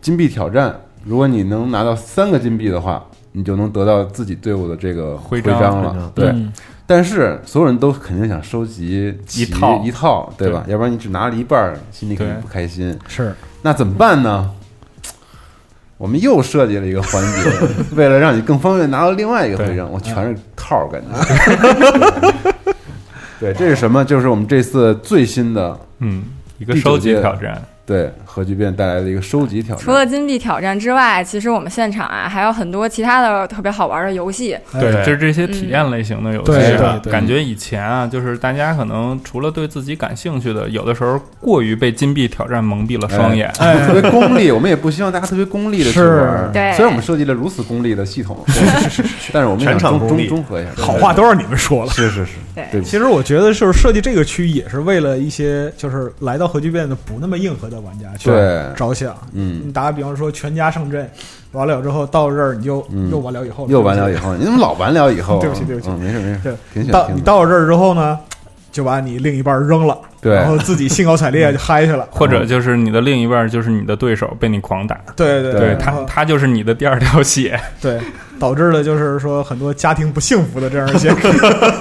Speaker 4: 金币挑战，如果你能拿到三个金币的话，你就能得到自己队伍的这个
Speaker 7: 徽章
Speaker 4: 章了。
Speaker 8: 徽章
Speaker 4: 对，
Speaker 1: 嗯
Speaker 4: 但是所有人都肯定想收集齐
Speaker 7: 一套
Speaker 4: 一套，对吧？要不然你只拿了一半儿，心里肯定
Speaker 7: 对
Speaker 4: 不开心。
Speaker 5: 是
Speaker 4: 那怎么办呢？我们又设计了一个环 节，为了让你更方便拿到另外一个徽章，我全是套儿感觉。对，这是什么？就是我们这次最新的
Speaker 7: 嗯，一个
Speaker 4: 第九
Speaker 7: 收集
Speaker 4: 届
Speaker 7: 挑战，
Speaker 4: 对核聚变带来的一个收集挑
Speaker 6: 除
Speaker 4: 战。
Speaker 6: 了金币挑战之外，其实我们现场啊还有很多其他的特别好玩的游戏。
Speaker 5: 哎
Speaker 7: 对，
Speaker 2: 对
Speaker 7: 就是这些体验类型的游戏
Speaker 5: 对
Speaker 7: 啊
Speaker 5: 对对
Speaker 7: 感觉以前啊，就是大家可能除了对自己感兴趣的，有的时候过于被金币挑战蒙蔽了双眼。
Speaker 4: 哎特别功利，我们也不希望大家特别功利的去
Speaker 5: 是
Speaker 4: 玩。
Speaker 6: 对
Speaker 4: 虽然我们设计了如此功利的系统，但是我们想
Speaker 8: 全
Speaker 4: 中
Speaker 8: 场功
Speaker 4: 中
Speaker 8: 利
Speaker 4: 中和一下。
Speaker 5: 好话都让你们说了。
Speaker 4: 是是是，
Speaker 6: 对
Speaker 4: 对不
Speaker 5: 其实我觉得就是设计这个区也是为了一些就是来到核聚变的不那么硬核的玩家去
Speaker 4: 对
Speaker 5: 着想。
Speaker 4: 嗯
Speaker 5: 你，打个比方说全家上阵，完了之后到这儿你就
Speaker 4: 嗯
Speaker 5: 又完了以后了，
Speaker 4: 又完了以后，你怎么老完了以后啊？
Speaker 5: 对不起对不起
Speaker 4: 嗯没事没
Speaker 5: 对
Speaker 4: 事，挺喜欢
Speaker 5: 到
Speaker 4: 听
Speaker 5: 你
Speaker 4: 的。
Speaker 5: 到了这儿之后呢，就把你另一半扔了，
Speaker 4: 对
Speaker 5: 然后自己兴高采烈就嗨去了，
Speaker 7: 或
Speaker 4: 嗯
Speaker 7: 者就是你的另一半就是你的对手被你狂打，
Speaker 5: 对对
Speaker 4: 对
Speaker 5: 然
Speaker 7: 他
Speaker 5: 后
Speaker 7: 他就是你的第二条 血，
Speaker 5: 对，导致了就是说很多家庭不幸福的这样一些。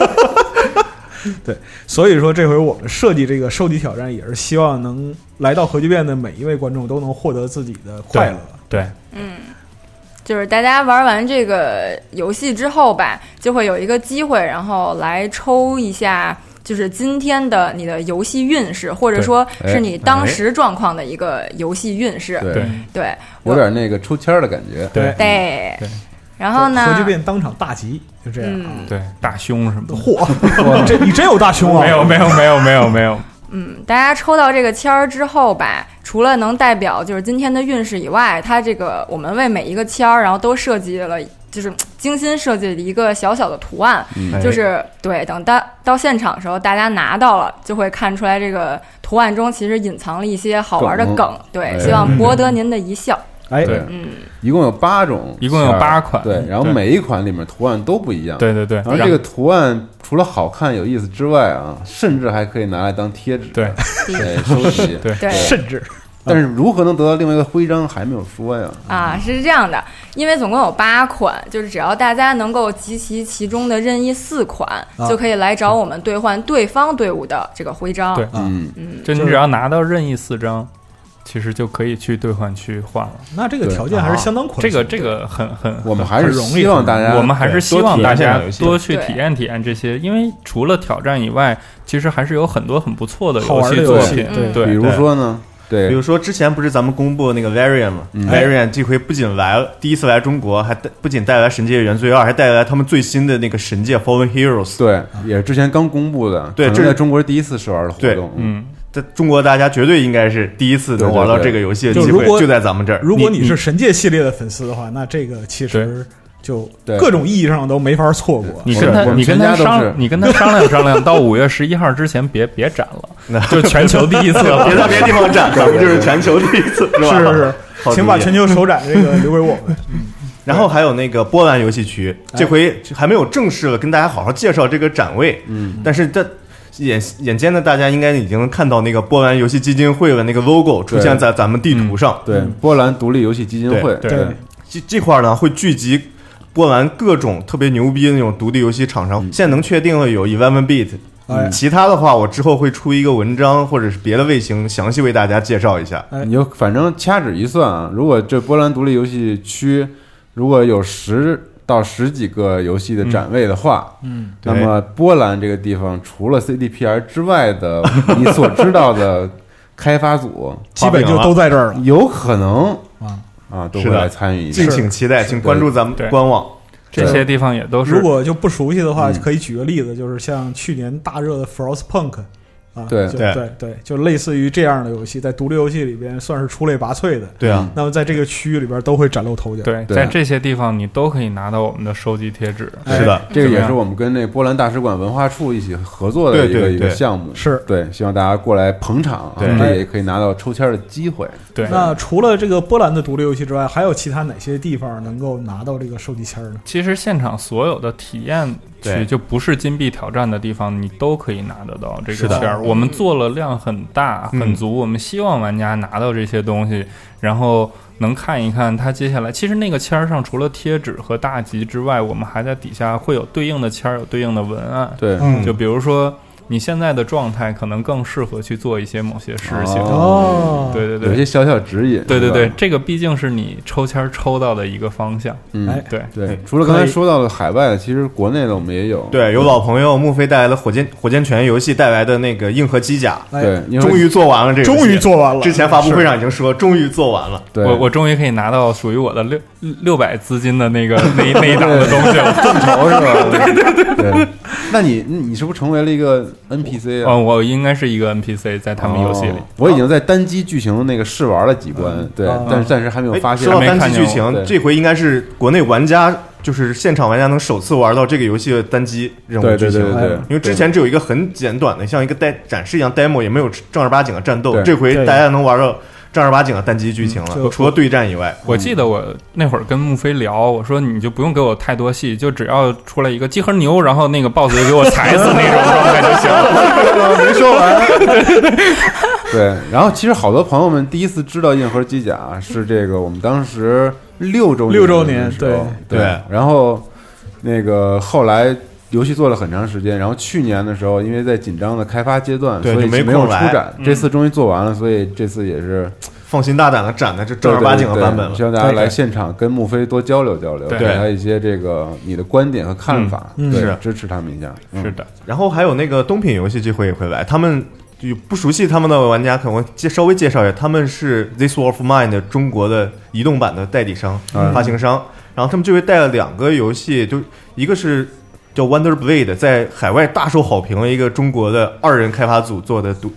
Speaker 5: 对，所以说这回我们设计这个收集挑战，也是希望能来到核聚变的每一位观众都能获得自己的快乐。
Speaker 7: 对，
Speaker 6: 就是大家玩完这个游戏之后吧，就会有一个机会，然后来抽一下，就是今天的你的游戏运势，或者说
Speaker 4: 对哎哎
Speaker 6: 是你当时状况的一个游戏运势。
Speaker 4: 对，
Speaker 6: 对
Speaker 4: 有点那个抽签儿的感觉。
Speaker 7: 对
Speaker 6: 对
Speaker 7: 对
Speaker 6: 然后呢？
Speaker 5: 核聚变当场大吉，就这样。啊
Speaker 6: 嗯
Speaker 7: 对，大胸什么的。
Speaker 5: 嚯， 这你真有大胸啊！
Speaker 7: 没有没有没有没有没有，
Speaker 6: 嗯，大家抽到这个签儿之后吧，除了能代表就是今天的运势以外，它这个我们为每一个签儿，然后都设计了，就是精心设计了一个小小的图案，
Speaker 7: 哎
Speaker 4: 嗯
Speaker 6: 就是对，等到到现场的时候，大家拿到了，就会看出来这个图案中其实隐藏了一些好玩的
Speaker 4: 梗
Speaker 6: 梗，对
Speaker 4: 哎，
Speaker 6: 希望博得您的一笑。
Speaker 5: 哎，
Speaker 7: 对
Speaker 6: 嗯，
Speaker 4: 一共有八种，
Speaker 7: 一共有八
Speaker 4: 啊
Speaker 7: 款嗯
Speaker 4: 对，然后
Speaker 7: 对
Speaker 4: 每一款里面图案都不一样。，
Speaker 7: 对对对，
Speaker 4: 然后这个图案除了好看有意思之外啊，甚至还可以拿来当贴纸，
Speaker 7: 对
Speaker 4: 对，收集。
Speaker 7: 对
Speaker 6: 对，
Speaker 5: 甚至
Speaker 4: 但是如何能得到另外一个徽章还没有说呀？
Speaker 6: 啊，是这样的，因为总共有八款，就是只要大家能够集齐其中的任意四款，
Speaker 5: 啊
Speaker 6: 就可以来找我们兑换对方队伍的这个徽章。
Speaker 7: 对
Speaker 4: 嗯，
Speaker 7: 就你只要拿到任意四张，其实就可以去兑换区换了。
Speaker 5: 那这个条件还是相当宽松。
Speaker 7: 啊这个这个很很，
Speaker 4: 我们
Speaker 7: 很
Speaker 4: 还是希望大家，
Speaker 7: 我们还是希望大家多去
Speaker 6: 对
Speaker 7: 体验体验这些，因为除了挑战以外，其实还是有很多很不错的
Speaker 5: 好玩的
Speaker 7: 戏
Speaker 5: 游
Speaker 7: 作
Speaker 5: 戏
Speaker 7: 品。
Speaker 6: 对
Speaker 4: 比
Speaker 7: 对
Speaker 4: 如说呢，
Speaker 8: 比
Speaker 4: 对嗯
Speaker 8: 如说之前不是咱们公布那个 Varian 嘛，Varian 这回不仅来第一次来中国，还带不仅带来《神界原罪二》，还带来他们最新的那个《神界 Fallen Heroes》。
Speaker 4: 对，也是之前刚公布的，
Speaker 8: 对
Speaker 4: 可能
Speaker 8: 这是
Speaker 4: 在中国第一次试玩的活动，嗯，
Speaker 7: 嗯，
Speaker 8: 在中国，大家绝对应该是第一次能玩到这个游戏的
Speaker 5: 对对
Speaker 8: 机
Speaker 5: 对就如
Speaker 8: 会，
Speaker 5: 果
Speaker 8: 就在咱们这儿。
Speaker 5: 如果你是神界系列的粉丝的话，那这个其实就
Speaker 4: 对
Speaker 5: 各种意义上都没法错过。
Speaker 7: 你
Speaker 4: 是
Speaker 7: 跟他
Speaker 4: 我们
Speaker 7: 你跟
Speaker 4: 全家
Speaker 7: 他
Speaker 4: 都是
Speaker 7: 商你跟他商量商量，到五月十一号之前别别展 了，就是全球第一次了。
Speaker 8: 别在别的地方 展，咱们就是全球第一次，是吧？
Speaker 5: 是是是，
Speaker 8: 好主意
Speaker 5: 请把全球首展这个留给我们。
Speaker 8: 然后还有那个波兰游戏区，这回还没有正式的跟大家好好介绍这个展位，嗯，但是这眼眼尖的大家应该已经能看到那个波兰游戏基金会的那个 logo 出现在咱们地图上，
Speaker 4: 对，波兰独立游戏基金会，
Speaker 7: 嗯对
Speaker 5: 对，
Speaker 8: 这这块儿呢会聚集波兰各种特别牛逼的那种独立游戏厂商，现在能确定了有 Eleven Bit。
Speaker 5: 哎
Speaker 8: 其他的话，我之后会出一个文章，或者是别的卫星，详细为大家介绍一下。
Speaker 5: 哎
Speaker 4: 你就反正掐指一算啊，如果这波兰独立游戏区如果有十到十几个游戏的展位的话，
Speaker 5: 嗯，
Speaker 4: 那么波兰这个地方除了 CDPR 之外的，你所知道的 开发 组
Speaker 5: 基本就都在这儿了。
Speaker 4: 有可能
Speaker 5: 啊
Speaker 4: 啊都
Speaker 8: 是
Speaker 4: 会
Speaker 8: 的
Speaker 4: 来参与一下
Speaker 8: 敬。请期待，请关注咱们
Speaker 7: 对
Speaker 8: 官网。
Speaker 7: 这些地方也都是
Speaker 5: 如果就不熟悉的话，
Speaker 4: 嗯
Speaker 5: 可以举个例子，就是像去年大热的 Frostpunk，啊，
Speaker 4: 对
Speaker 5: 就
Speaker 8: 对
Speaker 5: 对对，就类似于这样的游戏，在独立游戏里边算是出类拔萃的。
Speaker 8: 对啊，
Speaker 5: 那么在这个区域里边都会崭露头角。
Speaker 7: 对，
Speaker 4: 对
Speaker 7: 在这些地方你都可以拿到我们的收集贴纸。
Speaker 5: 哎
Speaker 8: 是的，
Speaker 4: 这个
Speaker 7: 怎么
Speaker 4: 也
Speaker 7: 样
Speaker 4: 是我们跟那波兰大使馆文化处一起合作的
Speaker 8: 对
Speaker 4: 一个
Speaker 8: 对
Speaker 4: 一个
Speaker 8: 对
Speaker 4: 项目，
Speaker 5: 是
Speaker 4: 对，希望大家过来捧场啊，
Speaker 8: 对
Speaker 4: 这也可以拿到抽签的机会。
Speaker 7: 对，
Speaker 5: 那除了这个波兰的独立游戏之外，还有其他哪些地方能够拿到这个收集签儿呢？
Speaker 7: 其实现场所有的体验区，
Speaker 8: 对
Speaker 7: 就不是金币挑战的地方，你都可以拿得到这
Speaker 8: 是
Speaker 7: 个
Speaker 8: 的
Speaker 7: 券儿。我们做了量很大、
Speaker 4: 嗯
Speaker 7: 很足，我们希望玩家拿到这些东西，然后能看一看他接下来。其实那个签儿上除了贴纸和大吉之外，我们还在底下会有对应的签儿，有对应的文案。
Speaker 4: 对，
Speaker 8: 嗯
Speaker 7: 就比如说你现在的状态，可能更适合去做一些某些事情。
Speaker 5: 哦，
Speaker 4: 哦
Speaker 7: 嗯对对
Speaker 4: 有
Speaker 7: 对
Speaker 4: 些。小小指引，
Speaker 7: 对
Speaker 4: 是
Speaker 7: 对
Speaker 4: 吧
Speaker 7: 对，，这个毕竟是你抽签儿抽到的一个方向，
Speaker 4: 嗯
Speaker 5: 哎，
Speaker 7: 对，
Speaker 4: 对
Speaker 8: 对。
Speaker 4: 除了刚才
Speaker 5: 可以
Speaker 4: 说到的海外的，其实国内的我们也有，
Speaker 8: 对，有老朋友穆飞带来了火箭火箭拳游戏带来的那个硬核机甲，
Speaker 5: 哎
Speaker 4: 对，因为
Speaker 8: 终于做完了这个游戏，
Speaker 5: 终于做完了。
Speaker 8: 之前发布会上已经说终于做完了，
Speaker 4: 对
Speaker 7: 我我终于可以拿到属于我的六六百资金的那个 那一那一档的东西了。
Speaker 4: 众筹是 吧？对对对。那你你你是不是成为了一个 NPC 啊？
Speaker 7: 嗯，我应该是一个 NPC 在他们游戏里
Speaker 4: 哦。我已经在单机剧情那个试玩了几关，对
Speaker 5: 嗯，
Speaker 4: 但是暂时还没有
Speaker 8: 哎
Speaker 4: 发现
Speaker 8: 说。到
Speaker 7: 没
Speaker 8: 单
Speaker 7: 看
Speaker 8: 机
Speaker 7: 见
Speaker 8: 剧
Speaker 4: 我
Speaker 8: 情
Speaker 4: 对，
Speaker 8: 这回应该是国内玩家，就是现场玩家能首次玩到这个游戏的单机任务
Speaker 4: 对
Speaker 8: 剧
Speaker 4: 对
Speaker 8: 情。
Speaker 4: 对对对，
Speaker 8: 因为之前只有一个很简短的，像一个带展示一样 demo，也没有正儿八经的战斗
Speaker 4: 对。
Speaker 8: 这回
Speaker 5: 对
Speaker 8: 大家能玩到正儿八经的单机剧情
Speaker 5: 嗯就
Speaker 8: 了，除了对战以外，
Speaker 7: 我记得我那会儿跟穆飞聊，我说你就不用给我太多戏，就只要出来一个集合牛，然后那个 BOSS 就给我踩死 那种状态就行了。
Speaker 4: 没说完。对，然后其实好多朋友们第一次知道硬核机甲是这个，我们当时六周
Speaker 5: 六周年
Speaker 4: 的时候
Speaker 8: 对
Speaker 4: 对，然后那个后来。游戏做了很长时间，然后去年的时候，因为在紧张的开发阶段，
Speaker 8: 对
Speaker 4: 所以
Speaker 8: 就没
Speaker 4: 没有
Speaker 8: 空
Speaker 4: 出
Speaker 8: 来
Speaker 4: 展。这次终于做完了，所以这次也是
Speaker 8: 放心大胆的展的这正儿八经的版本
Speaker 4: 对对对
Speaker 8: 了
Speaker 4: 希。望大家来现场跟穆飞多交流交流，
Speaker 7: 对
Speaker 4: 给他一些这个你的观点和看法，
Speaker 5: 嗯
Speaker 4: 对
Speaker 8: 是
Speaker 4: 支持他们一下。嗯
Speaker 7: 是的，
Speaker 8: 然后还有那个东品游戏这回也会来，他们就不熟悉他们的玩家，可能介稍微介绍一下，他们是 This War of Mine 的中国的移动版的代理商、
Speaker 4: 嗯
Speaker 8: 发行商。然后他们这回带了两个游戏，就一个是叫 Wonder Blade，在海外大受好评的一个中国的二人开发组做的独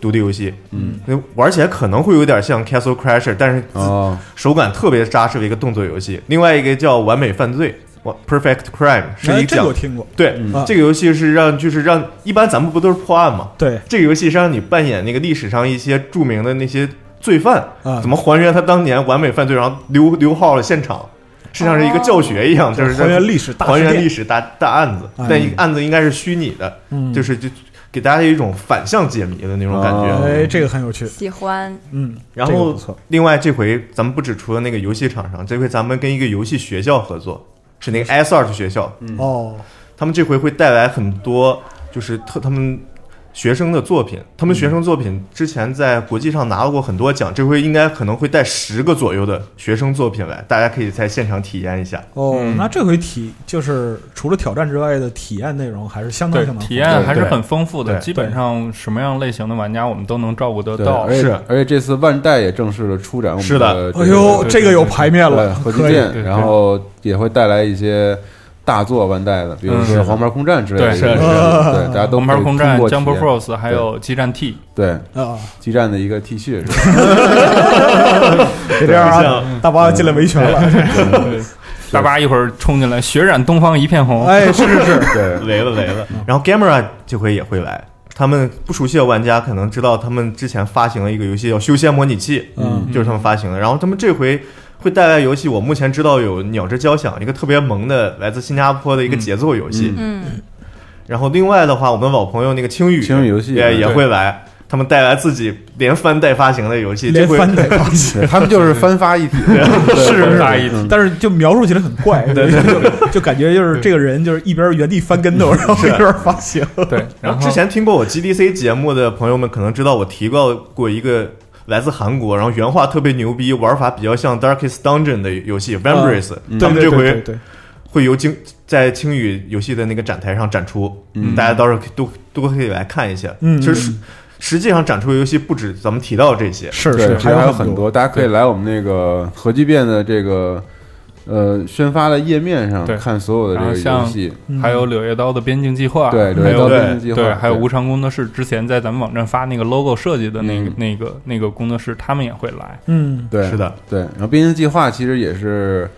Speaker 8: 独立游戏，
Speaker 4: 嗯，
Speaker 8: 那玩起来可能会有点像 Castle Crasher，但是
Speaker 4: 哦，
Speaker 8: 手感特别扎实的一个动作游戏。另外一个叫完美犯罪。哇 Perfect Crime 是一
Speaker 5: 哎，
Speaker 8: 个
Speaker 5: 这个
Speaker 8: 讲
Speaker 5: 我听过。
Speaker 8: 对，
Speaker 5: 嗯
Speaker 8: 这个游戏是让就是让一般咱们不都是破案吗？
Speaker 5: 对，
Speaker 8: 这个游戏是让你扮演那个历史上一些著名的那些罪犯，
Speaker 5: 啊
Speaker 8: 怎么还原他当年完美犯罪，然后留留号了现场，就像是一个教学一样，就是
Speaker 5: 啊还原历史大
Speaker 8: 还原
Speaker 5: 事件
Speaker 8: 历史大大案子
Speaker 5: 哎，
Speaker 8: 但一个案子应该是虚拟的，
Speaker 5: 嗯
Speaker 8: 就是就给大家一种反向解谜的那种感
Speaker 4: 哦
Speaker 8: 觉。
Speaker 5: 哎，这个很有趣。
Speaker 6: 喜欢
Speaker 5: 嗯，
Speaker 8: 然
Speaker 5: 这个
Speaker 8: 后
Speaker 5: 不错，
Speaker 8: 另外这回咱们不只除了那个游戏厂商，这回咱们跟一个游戏学校合作，是那个 S 二学校，
Speaker 5: 哦，
Speaker 8: 他们这回会带来很多，就是特他们学生的作品。他们学生作品之前在国际上拿过很多奖，这回应该可能会带十个左右的学生作品来，大家可以在现场体验一下。
Speaker 4: 嗯
Speaker 5: 哦，那这回体就是除了挑战之外的体验内容，还是相当
Speaker 7: 对
Speaker 5: 相，当
Speaker 7: 体验还是
Speaker 8: 对
Speaker 7: 很丰富的，
Speaker 8: 对
Speaker 7: 基本上什么样类型的玩家我们都能照顾得
Speaker 4: 对，
Speaker 7: 到
Speaker 4: 而。且
Speaker 8: 是
Speaker 4: 而且这次万代也正式的出展我们
Speaker 8: 是的
Speaker 4: 的这
Speaker 5: 丰富。哎
Speaker 4: 个
Speaker 5: 呦，这个有排面
Speaker 4: 对
Speaker 5: 了，
Speaker 4: 合集
Speaker 5: 可以。
Speaker 7: 对对
Speaker 4: 店，然后也会带来一些大作万代的，比如说
Speaker 7: 嗯
Speaker 4: 《黄牌空战》之类的
Speaker 7: 对
Speaker 4: 游戏，
Speaker 7: 是
Speaker 5: 是
Speaker 4: 对，大家都
Speaker 7: 红牌空战、
Speaker 4: 可以通
Speaker 7: Jump
Speaker 4: 过体验
Speaker 7: Force 还有激战 T，
Speaker 4: 对
Speaker 5: 啊，
Speaker 4: 激战的一个 T 恤 是吧？
Speaker 5: 别这样啊！大巴进来维权
Speaker 8: 嗯
Speaker 5: 了。
Speaker 7: 大巴一会儿冲进来，血染东方一片红。
Speaker 5: 哎，是是是，
Speaker 4: 对，
Speaker 8: 雷了雷了。然后 Gamera 这回也会来，他们不熟悉的玩家可能知道，他们之前发行了一个游戏叫《修仙模拟器》，
Speaker 5: 嗯，
Speaker 8: 就是他们发行的。然后他们这回会带来游戏，我目前知道有《鸟之交响》，一个特别萌的来自新加坡的一个节奏游戏。
Speaker 6: 嗯，
Speaker 8: 然后另外的话，我们老朋友那个青宇，
Speaker 4: 青宇游戏
Speaker 8: 也
Speaker 4: 对
Speaker 8: 也会来，他们带来自己连翻带发行的游戏，
Speaker 5: 连
Speaker 8: 这回
Speaker 5: 翻带发现。
Speaker 4: 对他们就是翻发一体，是
Speaker 7: 发一体
Speaker 5: 但是就描述起来很怪，就就感觉就是这个人就是一边原地翻跟头，然后一边发行。
Speaker 7: 对，
Speaker 8: 然
Speaker 7: 然
Speaker 8: 后
Speaker 7: 后
Speaker 8: 之前听过我 GDC 节目的朋友们可能知道，我提到过一个来自韩国，然后原画特别牛逼，玩法比较像 Darkest Dungeon 的游戏 Vambrace，、他
Speaker 7: 嗯
Speaker 5: 对
Speaker 8: 们
Speaker 5: 对对对
Speaker 8: 这回
Speaker 5: 对，
Speaker 8: 会由青在青宇游戏的那个展台上展出，
Speaker 4: 嗯
Speaker 8: 大家到时候可以都都可以来看一下。
Speaker 5: 嗯
Speaker 8: 其实实际上展出的游戏不止咱们提到这些，
Speaker 5: 是
Speaker 4: 对，
Speaker 5: 是，
Speaker 4: 其实还有
Speaker 5: 有
Speaker 4: 很
Speaker 5: 多。
Speaker 4: 多，大家可以来我们那个核聚变的这个呃宣发的页面上
Speaker 7: 对
Speaker 4: 看所有的
Speaker 7: 然
Speaker 4: 这
Speaker 7: 后
Speaker 4: 个游
Speaker 7: 像
Speaker 4: 戏，
Speaker 7: 还有《柳叶刀》的边境计划，
Speaker 4: 对柳
Speaker 7: 还
Speaker 4: 叶刀
Speaker 7: 有
Speaker 4: 编辑计划，
Speaker 7: 对，还有无偿工作室之前在咱们网站发那个 logo 设计的那个、
Speaker 4: 嗯
Speaker 7: 那个那个工作室，他们也会来。
Speaker 5: 嗯，
Speaker 4: 对
Speaker 8: 是的，
Speaker 4: 对。然后边境计划其实也是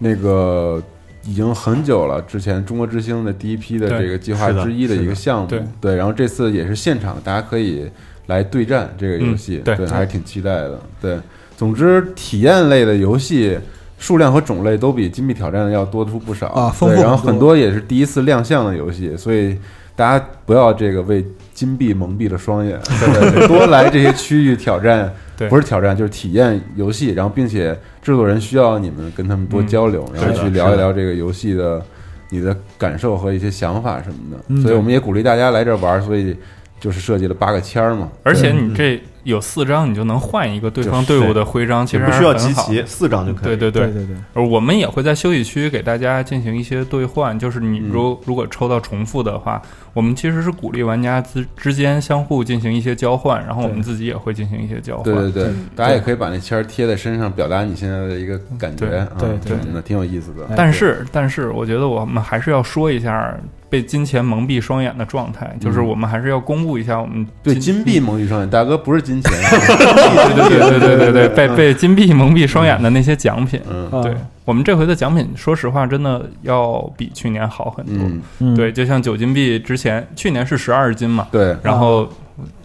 Speaker 4: 那个已经很久了，之前中国之星的第一批的
Speaker 7: 对
Speaker 4: 这个计划
Speaker 8: 是的
Speaker 4: 之一的
Speaker 8: 是的
Speaker 4: 一个项目
Speaker 7: 对，
Speaker 4: 对。然后这次也是现场，大家可以来对战这个游戏，
Speaker 7: 嗯对
Speaker 4: 对，还是挺期待的。对，总之体验类的游戏。数量和种类都比金币挑战要多出不少
Speaker 5: 啊丰富
Speaker 4: 对然后
Speaker 5: 很多
Speaker 4: 很多也是第一次亮相的游戏，所以大家不要这个为金币蒙蔽了双眼，对对对多来这些区域挑战，
Speaker 7: 对
Speaker 4: 不是挑战就是体验游戏，然后并且制作人需要你们跟他们多交流，然后去聊一聊这个游戏的你的感受和一些想法什么的，
Speaker 5: 嗯
Speaker 4: 所以我们也鼓励大家来这儿玩，所以就是设计了八个签儿嘛，
Speaker 7: 而且你这有四张，你就能换一个对方队伍的徽章，其
Speaker 8: 也
Speaker 7: 实
Speaker 8: 不
Speaker 7: 还
Speaker 8: 需
Speaker 7: 是
Speaker 8: 要
Speaker 7: 很
Speaker 8: 集
Speaker 7: 好
Speaker 8: 齐，四张就可
Speaker 7: 对
Speaker 8: 以。
Speaker 7: 对对
Speaker 5: 对，对对，
Speaker 7: 而我们也会在休息区给大家进行一些兑换，就是你
Speaker 4: 嗯
Speaker 7: 如如果抽到重复的话，我们其实是鼓励玩家之之间相互进行一些交换，然后我们自己也会进行一些交换。
Speaker 4: 对对对，大家也可以把那签儿贴在身上，表达你现在的一个感觉
Speaker 7: 对
Speaker 4: 啊，
Speaker 5: 对对
Speaker 4: 什么的，挺有意思的。
Speaker 5: 哎
Speaker 7: 但是，但是，我觉得我们还是要说一下被金钱蒙蔽双眼的状态，就是我们还是要公布一下我们
Speaker 4: 对金币蒙蔽双眼，大哥不是金钱，对
Speaker 7: 对对对对对，被被金币蒙蔽双眼的那些奖品。
Speaker 4: 嗯
Speaker 5: 啊
Speaker 7: 对，我们这回的奖品，说实话，真的要比去年好很多。
Speaker 4: 嗯，
Speaker 5: 嗯
Speaker 7: 对，就像九金币之前，去年是十二金嘛，
Speaker 4: 对，
Speaker 7: 然后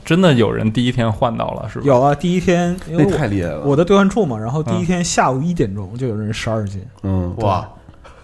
Speaker 7: 真的有人第一天换到了，是吧？
Speaker 5: 啊有啊，第一天因
Speaker 4: 那
Speaker 5: 为
Speaker 4: 太
Speaker 5: 我
Speaker 4: 厉害了，
Speaker 5: 我的兑换处嘛，然后第一天下午一点钟就有人十二斤，
Speaker 4: 嗯，
Speaker 8: 哇，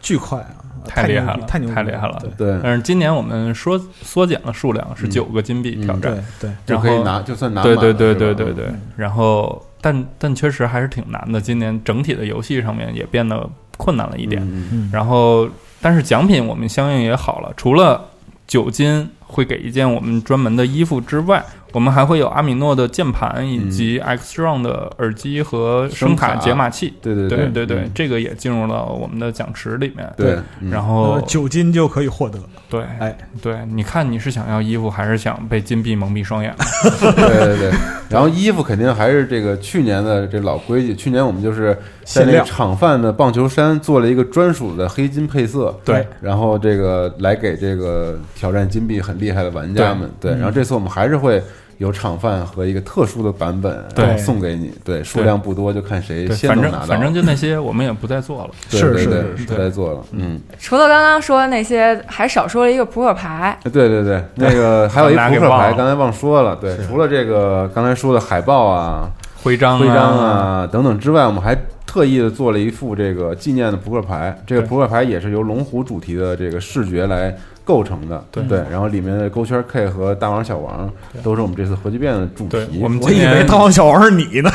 Speaker 5: 巨快啊，
Speaker 7: 太厉害了
Speaker 5: 太牛逼，
Speaker 7: 太
Speaker 5: 太
Speaker 7: 厉害了
Speaker 5: 对
Speaker 4: 对，
Speaker 7: 但是今年我们说缩减了数量，是
Speaker 4: 嗯
Speaker 7: 九个金币挑
Speaker 4: 嗯
Speaker 7: 战。
Speaker 5: 对对，
Speaker 4: 就
Speaker 7: 然
Speaker 4: 可以
Speaker 7: 后
Speaker 4: 拿，就算拿
Speaker 7: 对
Speaker 4: 满
Speaker 7: 对
Speaker 4: 了
Speaker 7: 对
Speaker 4: 是
Speaker 7: 对
Speaker 4: 吧嗯
Speaker 7: 对对。然后，但但确实还是挺难的。今年整体的游戏上面也变得困难了一点。
Speaker 4: 嗯
Speaker 5: 嗯，
Speaker 7: 然后，但是奖品我们相应也好了，除了酒精会给一件我们专门的衣服之外，我们还会有阿米诺的键盘以及 Xtron 的耳机和声卡
Speaker 4: 嗯声卡
Speaker 7: 解码器。
Speaker 4: 嗯对对
Speaker 7: 对
Speaker 4: 对
Speaker 7: 对对，这个也进入到我们的奖池里面。
Speaker 4: 对，嗯
Speaker 5: 那
Speaker 7: 然
Speaker 5: 么
Speaker 7: 后
Speaker 5: 九斤就可以获得，
Speaker 7: 对
Speaker 5: 哎，
Speaker 7: 对，你看你是想要衣服，还是想被金币蒙蔽双眼？
Speaker 4: 对对对，然后衣服肯定还是这个去年的这老规矩，去年我们就是在那
Speaker 5: 限
Speaker 4: 个
Speaker 5: 量
Speaker 4: 厂饭的棒球衫做了一个专属的黑金配色，
Speaker 7: 对，
Speaker 4: 然后这个来给这个挑战金币很厉害的玩家们，对，然后
Speaker 7: 嗯
Speaker 4: 这次我们还是会。有厂饭和一个特殊的版本，然后
Speaker 7: 对
Speaker 4: 送给你。对，数量不多，就看谁
Speaker 7: 对，
Speaker 4: 先
Speaker 7: 反
Speaker 4: 能
Speaker 7: 正
Speaker 4: 拿到。
Speaker 7: 反正就那些，我们也不再做了。
Speaker 4: 对
Speaker 5: 是
Speaker 4: 对
Speaker 5: 是
Speaker 4: 对
Speaker 5: 是
Speaker 4: 不再做了。嗯，
Speaker 6: 除了刚刚说的那些，还少说了一个扑克牌。
Speaker 4: 对对 对，那个还有一
Speaker 7: 把它
Speaker 4: 扑
Speaker 7: 给
Speaker 4: 克
Speaker 7: 忘
Speaker 4: 牌，
Speaker 7: 了
Speaker 4: 刚才忘说了。对，除了这个刚才说的海报啊、
Speaker 7: 徽章
Speaker 4: 徽章，啊等等之外，我们还特意的做了一副这个纪念的扑克牌。这个
Speaker 7: 对
Speaker 4: 扑克牌也是由龙虎主题的这个视觉来构成的。对然后里面的勾圈 K 和大王小王都是我们这次核聚变的主
Speaker 7: 对
Speaker 4: 题。
Speaker 7: 我们
Speaker 5: 我
Speaker 7: 今
Speaker 5: 以为
Speaker 7: 年
Speaker 5: 大王小王是你呢，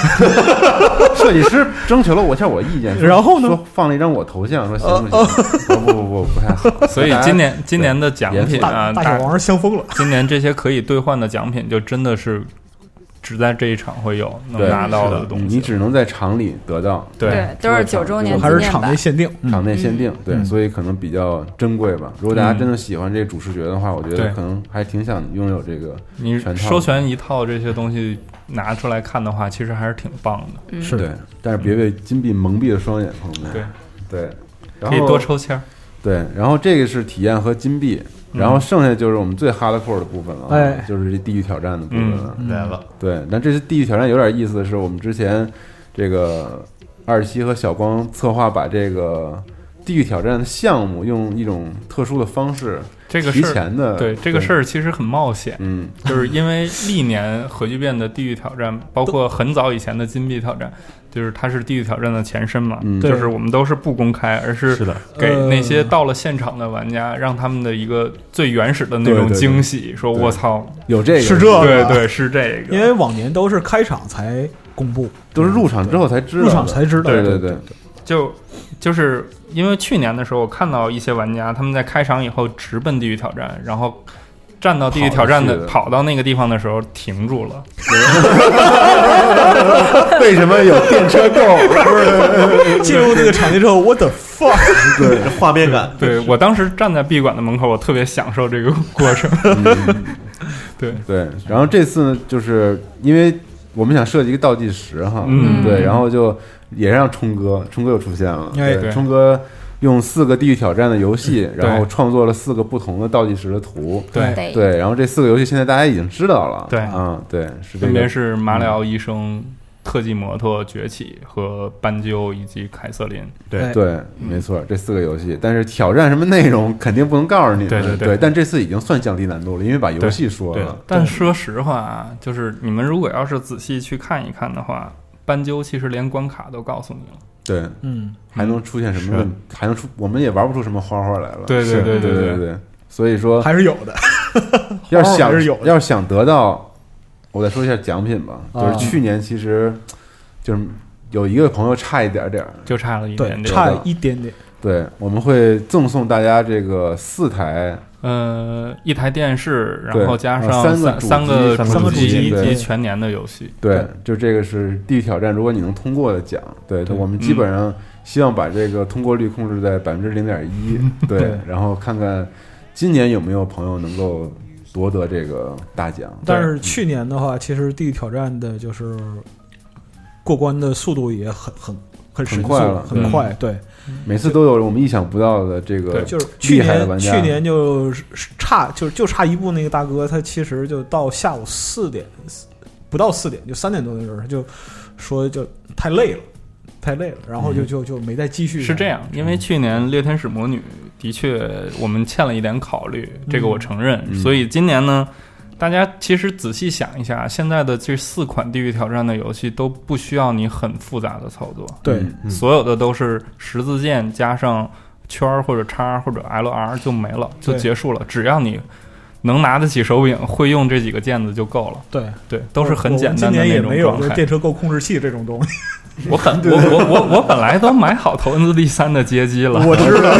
Speaker 4: 设计师征求了我一下我意见，说
Speaker 5: 然后呢
Speaker 4: 说放了一张我头像，说行不行？我说不不不不太好。
Speaker 7: 哦 所以
Speaker 4: 大家
Speaker 7: 今年今年的奖品啊，
Speaker 5: 大大小王是香疯了，
Speaker 7: 今年这些可以兑换的奖品，就真的是只在这一场会有能
Speaker 4: 对
Speaker 7: 拿到的
Speaker 4: 是
Speaker 7: 东西。
Speaker 4: 你只能在厂里得到。
Speaker 7: 对，
Speaker 6: 都是九周年纪
Speaker 5: 还是
Speaker 6: 念
Speaker 5: 场
Speaker 6: 版
Speaker 5: 内。限定，嗯
Speaker 4: 场内限定，对，所以可能比较珍贵吧。如果大家真的喜欢这主视觉的话，我觉得
Speaker 7: 对
Speaker 4: 可能还挺想拥有这个。
Speaker 7: 你
Speaker 4: 全套
Speaker 7: 收全一套这些东西拿出来看的话，其实还是挺棒的。
Speaker 5: 是
Speaker 4: 对，但是别被金币蒙蔽了双眼，朋友们。
Speaker 7: 对，
Speaker 4: 对，然
Speaker 7: 可以
Speaker 4: 后
Speaker 7: 多抽签儿。
Speaker 4: 对，然后这个是体验和金币，然后剩下就是我们最哈拉 core 的部分了，啊
Speaker 5: 哎
Speaker 4: 就是这地狱挑战的部分了。
Speaker 7: 嗯
Speaker 8: 来了，
Speaker 4: 对，那这次地狱挑战有点意思的是，我们之前这个二七和小光策划把这个地狱挑战的项目用一种特殊的方式
Speaker 7: 这个
Speaker 4: 提
Speaker 7: 事儿，
Speaker 4: 前的
Speaker 7: 对这个事
Speaker 4: 儿，
Speaker 7: 儿其实很冒险，
Speaker 4: 嗯。
Speaker 7: 就是因为历年核聚变的地狱挑战，包括很早以前的金币挑战，就是它是地狱挑战的前身嘛，
Speaker 4: 嗯
Speaker 7: 就
Speaker 5: 对
Speaker 7: 是我们都是不公开，而是
Speaker 8: 是的，
Speaker 7: 给
Speaker 5: 呃
Speaker 7: 那些到了现场的玩家，让他们的一个最原始的那
Speaker 4: 对对
Speaker 7: 种
Speaker 4: 对
Speaker 7: 惊喜，说
Speaker 4: 对
Speaker 7: 我操，
Speaker 4: 有这个
Speaker 5: 是这
Speaker 7: 对
Speaker 5: 个
Speaker 7: 对是这个，
Speaker 5: 因为往年都是开场才公布，
Speaker 4: 都是入场之后才知道的，
Speaker 5: 入场才知道，
Speaker 4: 对
Speaker 5: 对
Speaker 4: 对，
Speaker 7: 就就是因为去年的时候，我看到一些玩家他们在开场以后直奔地狱挑战，然后。站到地狱挑战的，
Speaker 4: 跑
Speaker 7: 跑到那个地方的时候停住了，
Speaker 4: 为什么有电车 购？
Speaker 5: 进入那个场地之后，我的 fuck，
Speaker 8: 对，这画面感，
Speaker 7: 对我当时站在闭馆的门口，我特别享受
Speaker 4: 嗯
Speaker 7: 这个过程。对，
Speaker 4: 对，然后这次呢，就是因为我们想设计一个倒计时哈，
Speaker 7: 嗯
Speaker 4: 对，然后就也让冲哥，冲哥又出现了，
Speaker 5: 哎
Speaker 7: 对
Speaker 4: 冲哥用四个地狱挑战的游戏，然后
Speaker 7: 对
Speaker 4: 创作了四个不同的倒计时的图，
Speaker 7: 对，
Speaker 6: 对，
Speaker 4: 对，然后这四个游戏现在大家已经知道了，
Speaker 7: 对
Speaker 4: 嗯，对，是这
Speaker 7: 分别
Speaker 4: 个，
Speaker 7: 是马里奥医生、特技摩托崛起和斑鸠以及凯瑟琳。
Speaker 5: 对
Speaker 4: 对，
Speaker 7: 嗯
Speaker 4: 没错，这四个游戏，但是挑战什么内容肯定不能告诉你们，
Speaker 7: 对对对
Speaker 4: 对，但这次已经算降低难度了，因为把游戏说
Speaker 8: 对
Speaker 4: 了，
Speaker 7: 但说实话啊，就是你们如果要是仔细去看一看的话，斑鸠其实连关卡都告诉你了。
Speaker 4: 对，
Speaker 5: 嗯，
Speaker 4: 还能出现什么问？还能出？我们也玩不出什么花花来了。
Speaker 7: 对对
Speaker 4: 是
Speaker 7: 对
Speaker 4: 对
Speaker 7: 对
Speaker 4: 对对。所以说，
Speaker 5: 还是有的。
Speaker 4: 要是
Speaker 5: 花
Speaker 4: 想
Speaker 5: 还是有的
Speaker 4: 要是想得到，我再说一下奖品吧。
Speaker 5: 啊
Speaker 4: 就是去年其实就是有一个朋友差一点点儿，
Speaker 7: 就差了一点
Speaker 5: 对，
Speaker 7: 点。
Speaker 5: 差一点点。
Speaker 4: 对，我们会赠送大家这个四台，
Speaker 7: 呃，一台电视，
Speaker 4: 对
Speaker 7: 然后加上
Speaker 4: 啊三个主机
Speaker 7: 三个
Speaker 8: 三个
Speaker 7: 主
Speaker 5: 主机
Speaker 7: 以及
Speaker 4: 对
Speaker 7: 全年的游戏。
Speaker 4: 对，就这个是地狱挑战，如果你能通过的奖，对，我们基本上希望把这个通过率控制在百分之零点一，对，然后看看今年有没有朋友能够夺得这个大奖。
Speaker 5: 但是去年的话，其实地狱挑战的就是过关的速度也很很很神
Speaker 4: 很
Speaker 5: 速，
Speaker 4: 快了
Speaker 5: 很
Speaker 7: 嗯
Speaker 5: 快。对，
Speaker 4: 每次都有我们意想不到的这个
Speaker 7: 对
Speaker 5: 就是去
Speaker 4: 厉害的玩
Speaker 5: 年
Speaker 4: 家
Speaker 5: 去年就是差就是就差一步那个大哥，他其实就到下午四点，不到四点就三点多的时候，他就说就太累了，太累了，然后就就就没再继续。
Speaker 7: 是这，样，因为去年《嗯猎天使魔女》的确我们欠了一点考虑，这个我承认。
Speaker 4: 嗯
Speaker 7: 所以今年呢，大家其实仔细想一下，现在的这四款地狱挑战的游戏都不需要你很复杂的操作，
Speaker 5: 对，
Speaker 4: 嗯
Speaker 7: 所有的都是十字键加上圈儿或者叉儿或者 L R 就没了，就
Speaker 5: 对
Speaker 7: 结束了。只要你能拿得起手柄，会用这几个键子就够了。
Speaker 5: 对，
Speaker 7: 对，都是很
Speaker 5: 哦我
Speaker 7: 简
Speaker 5: 今
Speaker 7: 单的
Speaker 5: 年
Speaker 7: 那
Speaker 5: 也
Speaker 7: 种
Speaker 5: 没有
Speaker 7: 状
Speaker 5: 就是
Speaker 7: 态。
Speaker 5: 电车购控制器这种东西，
Speaker 7: 我本我我我我本来都买好《头文字 D 三》的街机了，
Speaker 5: 我知道。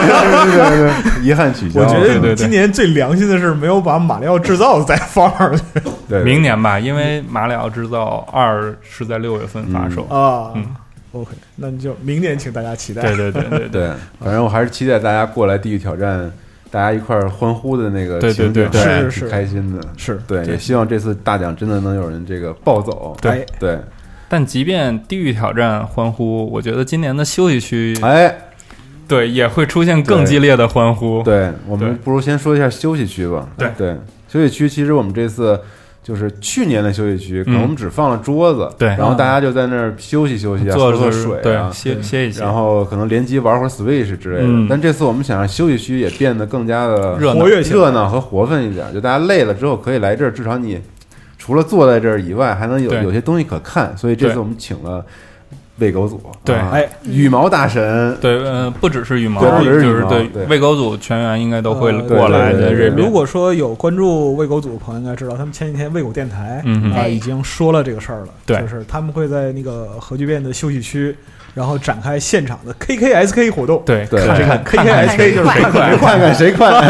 Speaker 4: 对对对， 遗憾取消。
Speaker 5: 我觉
Speaker 7: 哦对对
Speaker 5: 得
Speaker 7: 对
Speaker 5: 今年最良心的是没有把马里奥制造再放上去
Speaker 4: 对
Speaker 7: 明年吧，因为《马里奥制造二》是在六月份发售。
Speaker 5: 啊
Speaker 7: 嗯。
Speaker 5: OK，那你就明年请大家期待。
Speaker 7: 对对对对
Speaker 4: 对，反正我还是期待大家过来地狱挑战，大家一块儿欢呼的那个
Speaker 7: 对对
Speaker 4: 情景
Speaker 7: 对
Speaker 5: 是
Speaker 4: 挺
Speaker 5: 是是
Speaker 4: 开心的。
Speaker 5: 是
Speaker 4: 对，也希望这次大奖真的能有人这个暴走。
Speaker 5: 对
Speaker 4: 对，
Speaker 7: 但即便地狱挑战欢呼，我觉得今年的休息区
Speaker 4: 哎，
Speaker 7: 对也会出现更激烈的欢呼。
Speaker 4: 对我
Speaker 7: 对
Speaker 4: 们不如先说一下休息区吧。
Speaker 7: 对
Speaker 4: 对，休息区其实我们这次。就是去年的休息区，可能我们只放了桌子，
Speaker 7: 嗯对
Speaker 4: 然后大家就在那儿休息休息啊，
Speaker 7: 坐
Speaker 4: 喝
Speaker 7: 着
Speaker 4: 喝
Speaker 7: 就是
Speaker 4: 水啊
Speaker 7: 对，歇歇一歇
Speaker 4: 然，后可能联机玩会儿 Switch 之类的。
Speaker 7: 嗯
Speaker 4: 但这次我们想让休息区也变得更加的
Speaker 7: 热闹
Speaker 5: 活跃起来
Speaker 4: 热闹和活泛一点，就大家累了之后可以来这儿，至少你除了坐在这儿以外，还能有
Speaker 7: 对
Speaker 4: 有些东西可看。所以这次
Speaker 7: 对
Speaker 4: 我们请了喂狗组，
Speaker 7: 对
Speaker 4: 啊
Speaker 5: 哎，
Speaker 4: 羽毛大神，
Speaker 7: 对，呃，不只是羽毛，
Speaker 4: 对不只是
Speaker 7: 就
Speaker 4: 羽
Speaker 7: 是
Speaker 4: 毛
Speaker 7: 对
Speaker 4: 对
Speaker 7: 喂狗组全员应该都会
Speaker 5: 呃
Speaker 7: 过
Speaker 4: 对对
Speaker 7: 来在
Speaker 4: 对
Speaker 7: 这边。
Speaker 5: 如果说有关注喂狗组的朋友应该知道，他们前几天喂狗电台
Speaker 7: 嗯哼
Speaker 5: 啊已经说了这个事儿了，
Speaker 7: 对
Speaker 5: 就是他们会在那个核聚变的休息区，然后展开现场的 KKSK 活动，
Speaker 7: 对
Speaker 4: 对
Speaker 7: 看
Speaker 5: 这个 KKSK 就是看看
Speaker 4: 谁
Speaker 6: 看看
Speaker 4: 快看谁快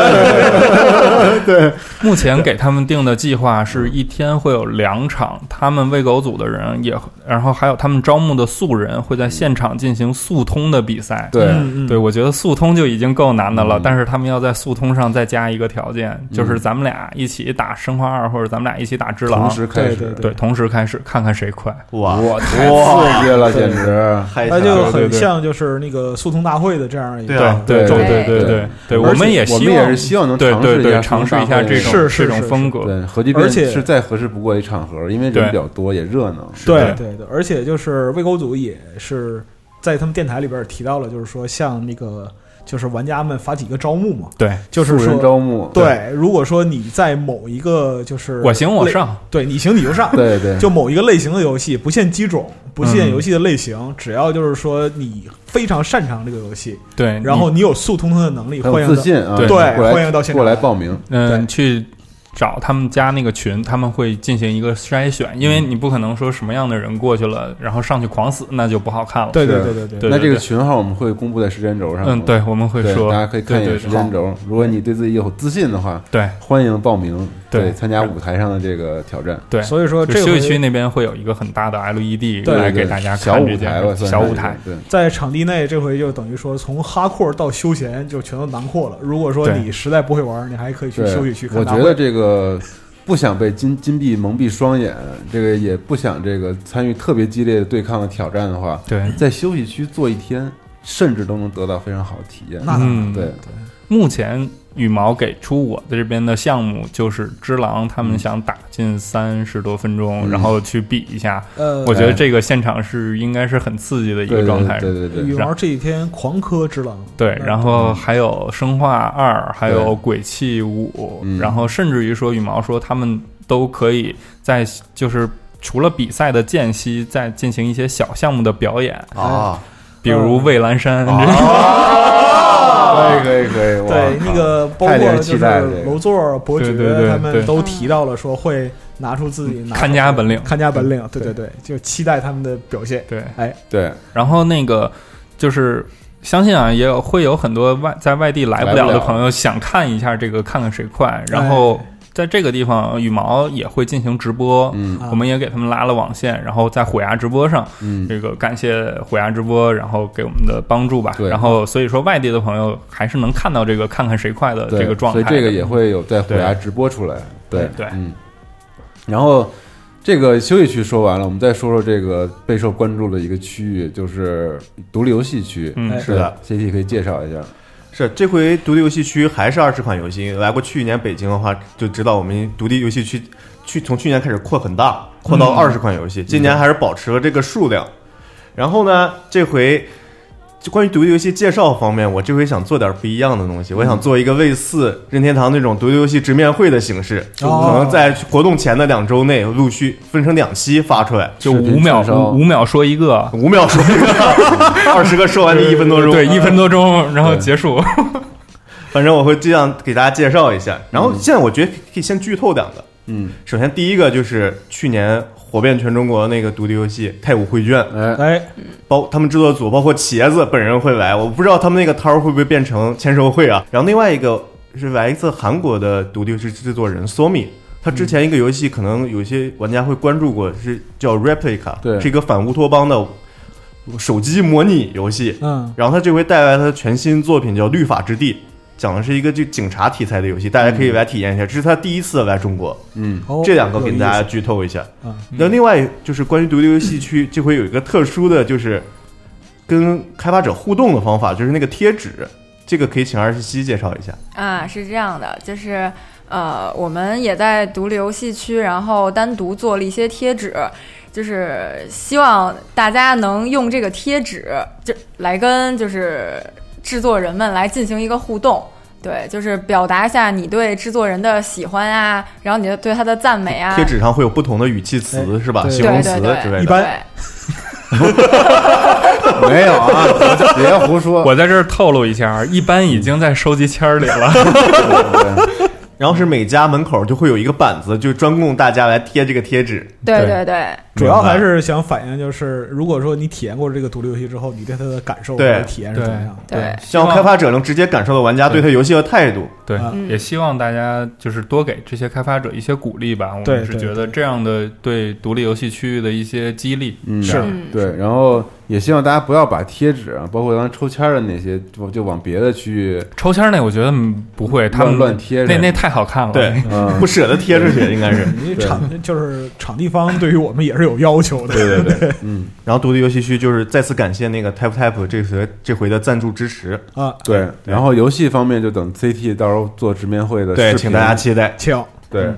Speaker 4: 看，对，
Speaker 7: 目前给他们定的计划是一天会有两场，他们喂狗组的人也，然后还有他们招募的素人会在现场进行速通的比赛。
Speaker 4: 对
Speaker 5: 嗯嗯
Speaker 7: 对，我觉得速通就已经够难的了，
Speaker 4: 嗯
Speaker 7: 但是他们要在速通上再加一个条件，就是咱们俩一起打生化二，或者咱们俩一起打只
Speaker 4: 同
Speaker 7: 狼，
Speaker 4: 时开
Speaker 5: 对
Speaker 4: 始，
Speaker 5: 对
Speaker 7: 啊对，同时开始看看谁快。
Speaker 8: 哇
Speaker 4: 哇，太刺激了，简直！
Speaker 8: 嗨
Speaker 5: 那哎就
Speaker 7: 对对
Speaker 5: 很
Speaker 7: 对
Speaker 5: 像就是那个速通大会的这样一
Speaker 8: 对啊
Speaker 5: 个，
Speaker 7: 对
Speaker 4: 对
Speaker 7: 对
Speaker 4: 对
Speaker 7: 对对，
Speaker 4: 而
Speaker 7: 我
Speaker 4: 且
Speaker 7: 们也
Speaker 4: 我
Speaker 7: 希
Speaker 4: 们也
Speaker 7: 望
Speaker 4: 是希望能
Speaker 7: 对
Speaker 4: 尝
Speaker 7: 对
Speaker 4: 试一
Speaker 7: 对
Speaker 4: 下
Speaker 7: 尝试一
Speaker 4: 大
Speaker 7: 下
Speaker 4: 会
Speaker 7: 这
Speaker 4: 的
Speaker 7: 种
Speaker 5: 是是
Speaker 7: 这种
Speaker 5: 是
Speaker 7: 风格。
Speaker 4: 对，核聚变
Speaker 5: 而且
Speaker 4: 是再合适不过的一场合，因为
Speaker 7: 对
Speaker 4: 人比较多，也热闹。
Speaker 5: 对对对，而且就是喂狗组也是在他们电台里边也提到了，就是说像那个就是玩家们发起一个招募嘛，
Speaker 7: 对，
Speaker 5: 就是
Speaker 4: 素人
Speaker 5: 说。
Speaker 4: 招募，
Speaker 5: 对，如果说你在某一个就是
Speaker 7: 我行我
Speaker 5: 类
Speaker 7: 上，
Speaker 5: 对你行你就上，
Speaker 4: 对对，
Speaker 5: 就某一个类型的游戏，不限机种，不限
Speaker 7: 嗯
Speaker 5: 游戏的类型，只要就是说你非常擅长这个游戏，
Speaker 7: 对，
Speaker 5: 然后你有速通的能力，
Speaker 4: 很
Speaker 5: 欢
Speaker 4: 有
Speaker 5: 迎
Speaker 4: 自信啊，
Speaker 7: 对
Speaker 4: 过
Speaker 5: 对
Speaker 4: 来
Speaker 5: 欢迎到现场
Speaker 4: 过来报名。
Speaker 7: 嗯，
Speaker 5: 对
Speaker 7: 去找他们家那个群，他们会进行一个筛选，因为
Speaker 5: 嗯
Speaker 7: 你不可能说什么样的人过去了，然后上去狂死，那就不好看了。
Speaker 5: 到。对对
Speaker 4: 是
Speaker 5: 对对对
Speaker 7: 对
Speaker 4: 那这个群号我们会公布在时间轴上，啊
Speaker 7: 嗯，对，我们会
Speaker 4: 对，
Speaker 7: 说，
Speaker 4: 大家可以看一
Speaker 7: 对
Speaker 4: 眼
Speaker 7: 对
Speaker 4: 时
Speaker 7: 对
Speaker 4: 间轴。如果你对自己有自信的话，
Speaker 7: 对
Speaker 4: 欢迎报名，
Speaker 7: 对
Speaker 4: 对，参加舞台上的这个挑战。
Speaker 7: 对，
Speaker 5: 所以说
Speaker 7: 就
Speaker 5: 这
Speaker 7: 休息区
Speaker 5: 回
Speaker 7: 那边会有一个很大的 LED
Speaker 5: 对
Speaker 7: 来
Speaker 4: 对
Speaker 7: 给大家
Speaker 4: 小
Speaker 7: 看这
Speaker 4: 舞
Speaker 7: 件
Speaker 4: 台吧，
Speaker 7: 事
Speaker 4: 算是
Speaker 7: 小舞台，
Speaker 4: 对，对
Speaker 5: 在场地内这回就等于说从哈阔到休闲就全都囊括了。如果说
Speaker 7: 对
Speaker 5: 你实在不会玩，你还可以去
Speaker 4: 对
Speaker 5: 休息区看
Speaker 4: 我
Speaker 5: 大会。
Speaker 4: 觉得这个不想被金金币蒙蔽双眼，这个也不想这个参与特别激烈的对抗的挑战的话，
Speaker 7: 对，
Speaker 4: 在休息区坐一天，甚至都能得到非常好的体验。
Speaker 5: 那当然
Speaker 7: 嗯
Speaker 4: 对，
Speaker 7: 目前羽毛给出我的这边的项目就是只狼，他们想打进三十多分钟，
Speaker 4: 嗯
Speaker 7: 然后去比一下。
Speaker 5: 呃，
Speaker 7: 我觉得这个现场是应该是很刺激的一
Speaker 4: 对
Speaker 7: 个状态。
Speaker 4: 对对对
Speaker 5: 羽
Speaker 4: 对，
Speaker 5: 毛这几天狂磕之狼，
Speaker 7: 对，然后还有生化二，还有鬼泣五
Speaker 4: 嗯，
Speaker 7: 然后甚至于说羽毛说他们都可以在就是除了比赛的间隙，再进行一些小项目的表演，
Speaker 8: 啊，
Speaker 7: 比如
Speaker 4: 嗯
Speaker 7: 蔚蓝山。
Speaker 4: 哦
Speaker 7: 啊
Speaker 4: 可以可以可以，
Speaker 5: 对，那个包
Speaker 4: 太
Speaker 5: 括
Speaker 4: 令人
Speaker 5: 就
Speaker 4: 期
Speaker 5: 是
Speaker 4: 待了这个
Speaker 5: 楼座、伯爵
Speaker 7: 对对对
Speaker 5: 他们
Speaker 7: 对
Speaker 5: 都提到了说会拿出自己拿
Speaker 7: 看家本领
Speaker 5: 看家本领，对对对，就期待他们的表现。
Speaker 7: 对，
Speaker 4: 对
Speaker 7: 然后那个就是相信啊，也有会有很多外在外地来不了
Speaker 4: 来不
Speaker 7: 的
Speaker 4: 了
Speaker 7: 朋友想看一下这个，看看谁快。然后在这个地方，羽毛也会进行直播，
Speaker 4: 哎嗯
Speaker 5: 啊
Speaker 7: 我们也给他们拉了网线，然后在虎牙直播上，
Speaker 4: 嗯，
Speaker 7: 这个感谢虎牙直播，然后给我们的帮助吧。
Speaker 4: 对
Speaker 7: 然后所以说外地的朋友还是能看到这个看看谁快的
Speaker 4: 对
Speaker 7: 这个状态
Speaker 4: 所以
Speaker 7: 的，
Speaker 4: 这个也会有在虎牙直播出来。对
Speaker 7: 对
Speaker 4: 嗯。然后这个休息区说完了，我们再说说这个备受关注的一个区域，就是独立游戏区。
Speaker 7: 嗯
Speaker 8: 是的
Speaker 4: 对，CT 可以介绍一下。
Speaker 8: 是这回独立游戏区还是二十款游戏？来过去年北京的话，就知道我们独立游戏区去从去年开始扩很大，扩到二十款游戏，今年还是保持了这个数量。然后呢，这回就关于独立游戏介绍方面，我这回想做点不一样的东西，我想做一个类似任天堂那种独立游戏直面会的形式，就
Speaker 5: 哦
Speaker 8: 可能在活动前的两周内陆续分成两期发出来，
Speaker 7: 就
Speaker 4: 视频
Speaker 7: 五秒
Speaker 4: 串烧
Speaker 7: 五五秒说一个。
Speaker 8: 五秒说 一个，二十个说完就一分多钟，
Speaker 7: 对，一分多钟，然后结束。
Speaker 8: 反正我会这样给大家介绍一下。然后现在我觉得可以先剧透两个。
Speaker 4: 嗯，
Speaker 8: 首先第一个就是去年火遍全中国那个独立游戏《太武绘卷》，
Speaker 4: 哎，
Speaker 5: 哎，
Speaker 8: 包他们制作组包括茄子本人会来，我不知道他们那个摊儿会不会变成签售会啊。然后另外一个是来自韩国的独立游戏制作人 Somi。他之前一个游戏，可能有些玩家会关注过，是叫 Replica，
Speaker 4: 对
Speaker 8: 是一个反乌托邦的手机模拟游戏。
Speaker 5: 嗯，
Speaker 8: 然后他这回带来他全新作品叫《律法之地》，讲的是一个就警察题材的游戏，大家可以来体验一下。这是他第一次来中国，
Speaker 4: 嗯，
Speaker 5: 嗯哦
Speaker 8: 这两个
Speaker 5: 有
Speaker 8: 给
Speaker 5: 意
Speaker 8: 大家
Speaker 5: 思
Speaker 8: 剧透一下。
Speaker 5: 嗯
Speaker 8: 那另外就是关于独立游 戏区，这回有一个特殊的，就是跟开发者互动的方法，就是那个贴纸，这个可以请二十七介绍一下。
Speaker 6: 啊，是这样的，就是呃，我们也在独立游戏区，然后单独做了一些贴纸，就是希望大家能用这个贴纸，就来跟就是制作人们来进行一个互动。对，就是表达一下你对制作人的喜欢啊，然后你的对他的赞美啊。
Speaker 8: 贴纸上会有不同的语气词，
Speaker 5: 对
Speaker 8: 是吧？
Speaker 5: 对
Speaker 8: 形容词
Speaker 6: 对对对
Speaker 8: 之类
Speaker 5: 一
Speaker 8: 的。
Speaker 5: 般
Speaker 6: 对，
Speaker 4: 没有啊，别胡说。
Speaker 7: 我在这儿透露一下，啊一般已经在收集签儿里了。
Speaker 8: 然后是每家门口就会有一个板子，就专供大家来贴这个贴纸。
Speaker 6: 对对对，
Speaker 5: 主要还是想反映就是，如果说你体验过这个独立游戏之后，你对它的感受
Speaker 8: 对
Speaker 5: 和体验是怎么样的？
Speaker 6: 对对
Speaker 7: 希
Speaker 8: 希望
Speaker 7: 望
Speaker 8: 开发者能直接感受到玩家对他游戏的态度。
Speaker 7: 对
Speaker 5: 啊，
Speaker 6: 嗯
Speaker 7: 也希望大家就是多给这些开发者一些鼓励吧。我
Speaker 5: 对
Speaker 7: 们是
Speaker 5: 对
Speaker 7: 觉得这样的对独立游戏区域的一些激励，
Speaker 4: 嗯，
Speaker 7: 是
Speaker 6: 嗯
Speaker 4: 对，然后也希望大家不要把贴纸啊，包括刚才抽签儿的那些，就就往别的区域，
Speaker 7: 抽签儿那我觉得嗯不会，他们
Speaker 4: 乱贴着
Speaker 7: 那那太好看了。
Speaker 8: 对，
Speaker 4: 嗯
Speaker 8: 不，舍得贴出去，应该是。
Speaker 5: 因为
Speaker 4: 对
Speaker 5: 场就是场地方对于我们也是有要求的。
Speaker 8: 对对对。
Speaker 4: 嗯，
Speaker 8: 然后独立游戏区就是再次感谢那个 Type Type 这回这回的赞助支持，
Speaker 5: 啊，
Speaker 4: 对。哎然后游戏方面就等 CT 到时候做直面会的视
Speaker 8: 对，
Speaker 4: 频，
Speaker 8: 请大家期待。
Speaker 5: 请
Speaker 4: 对。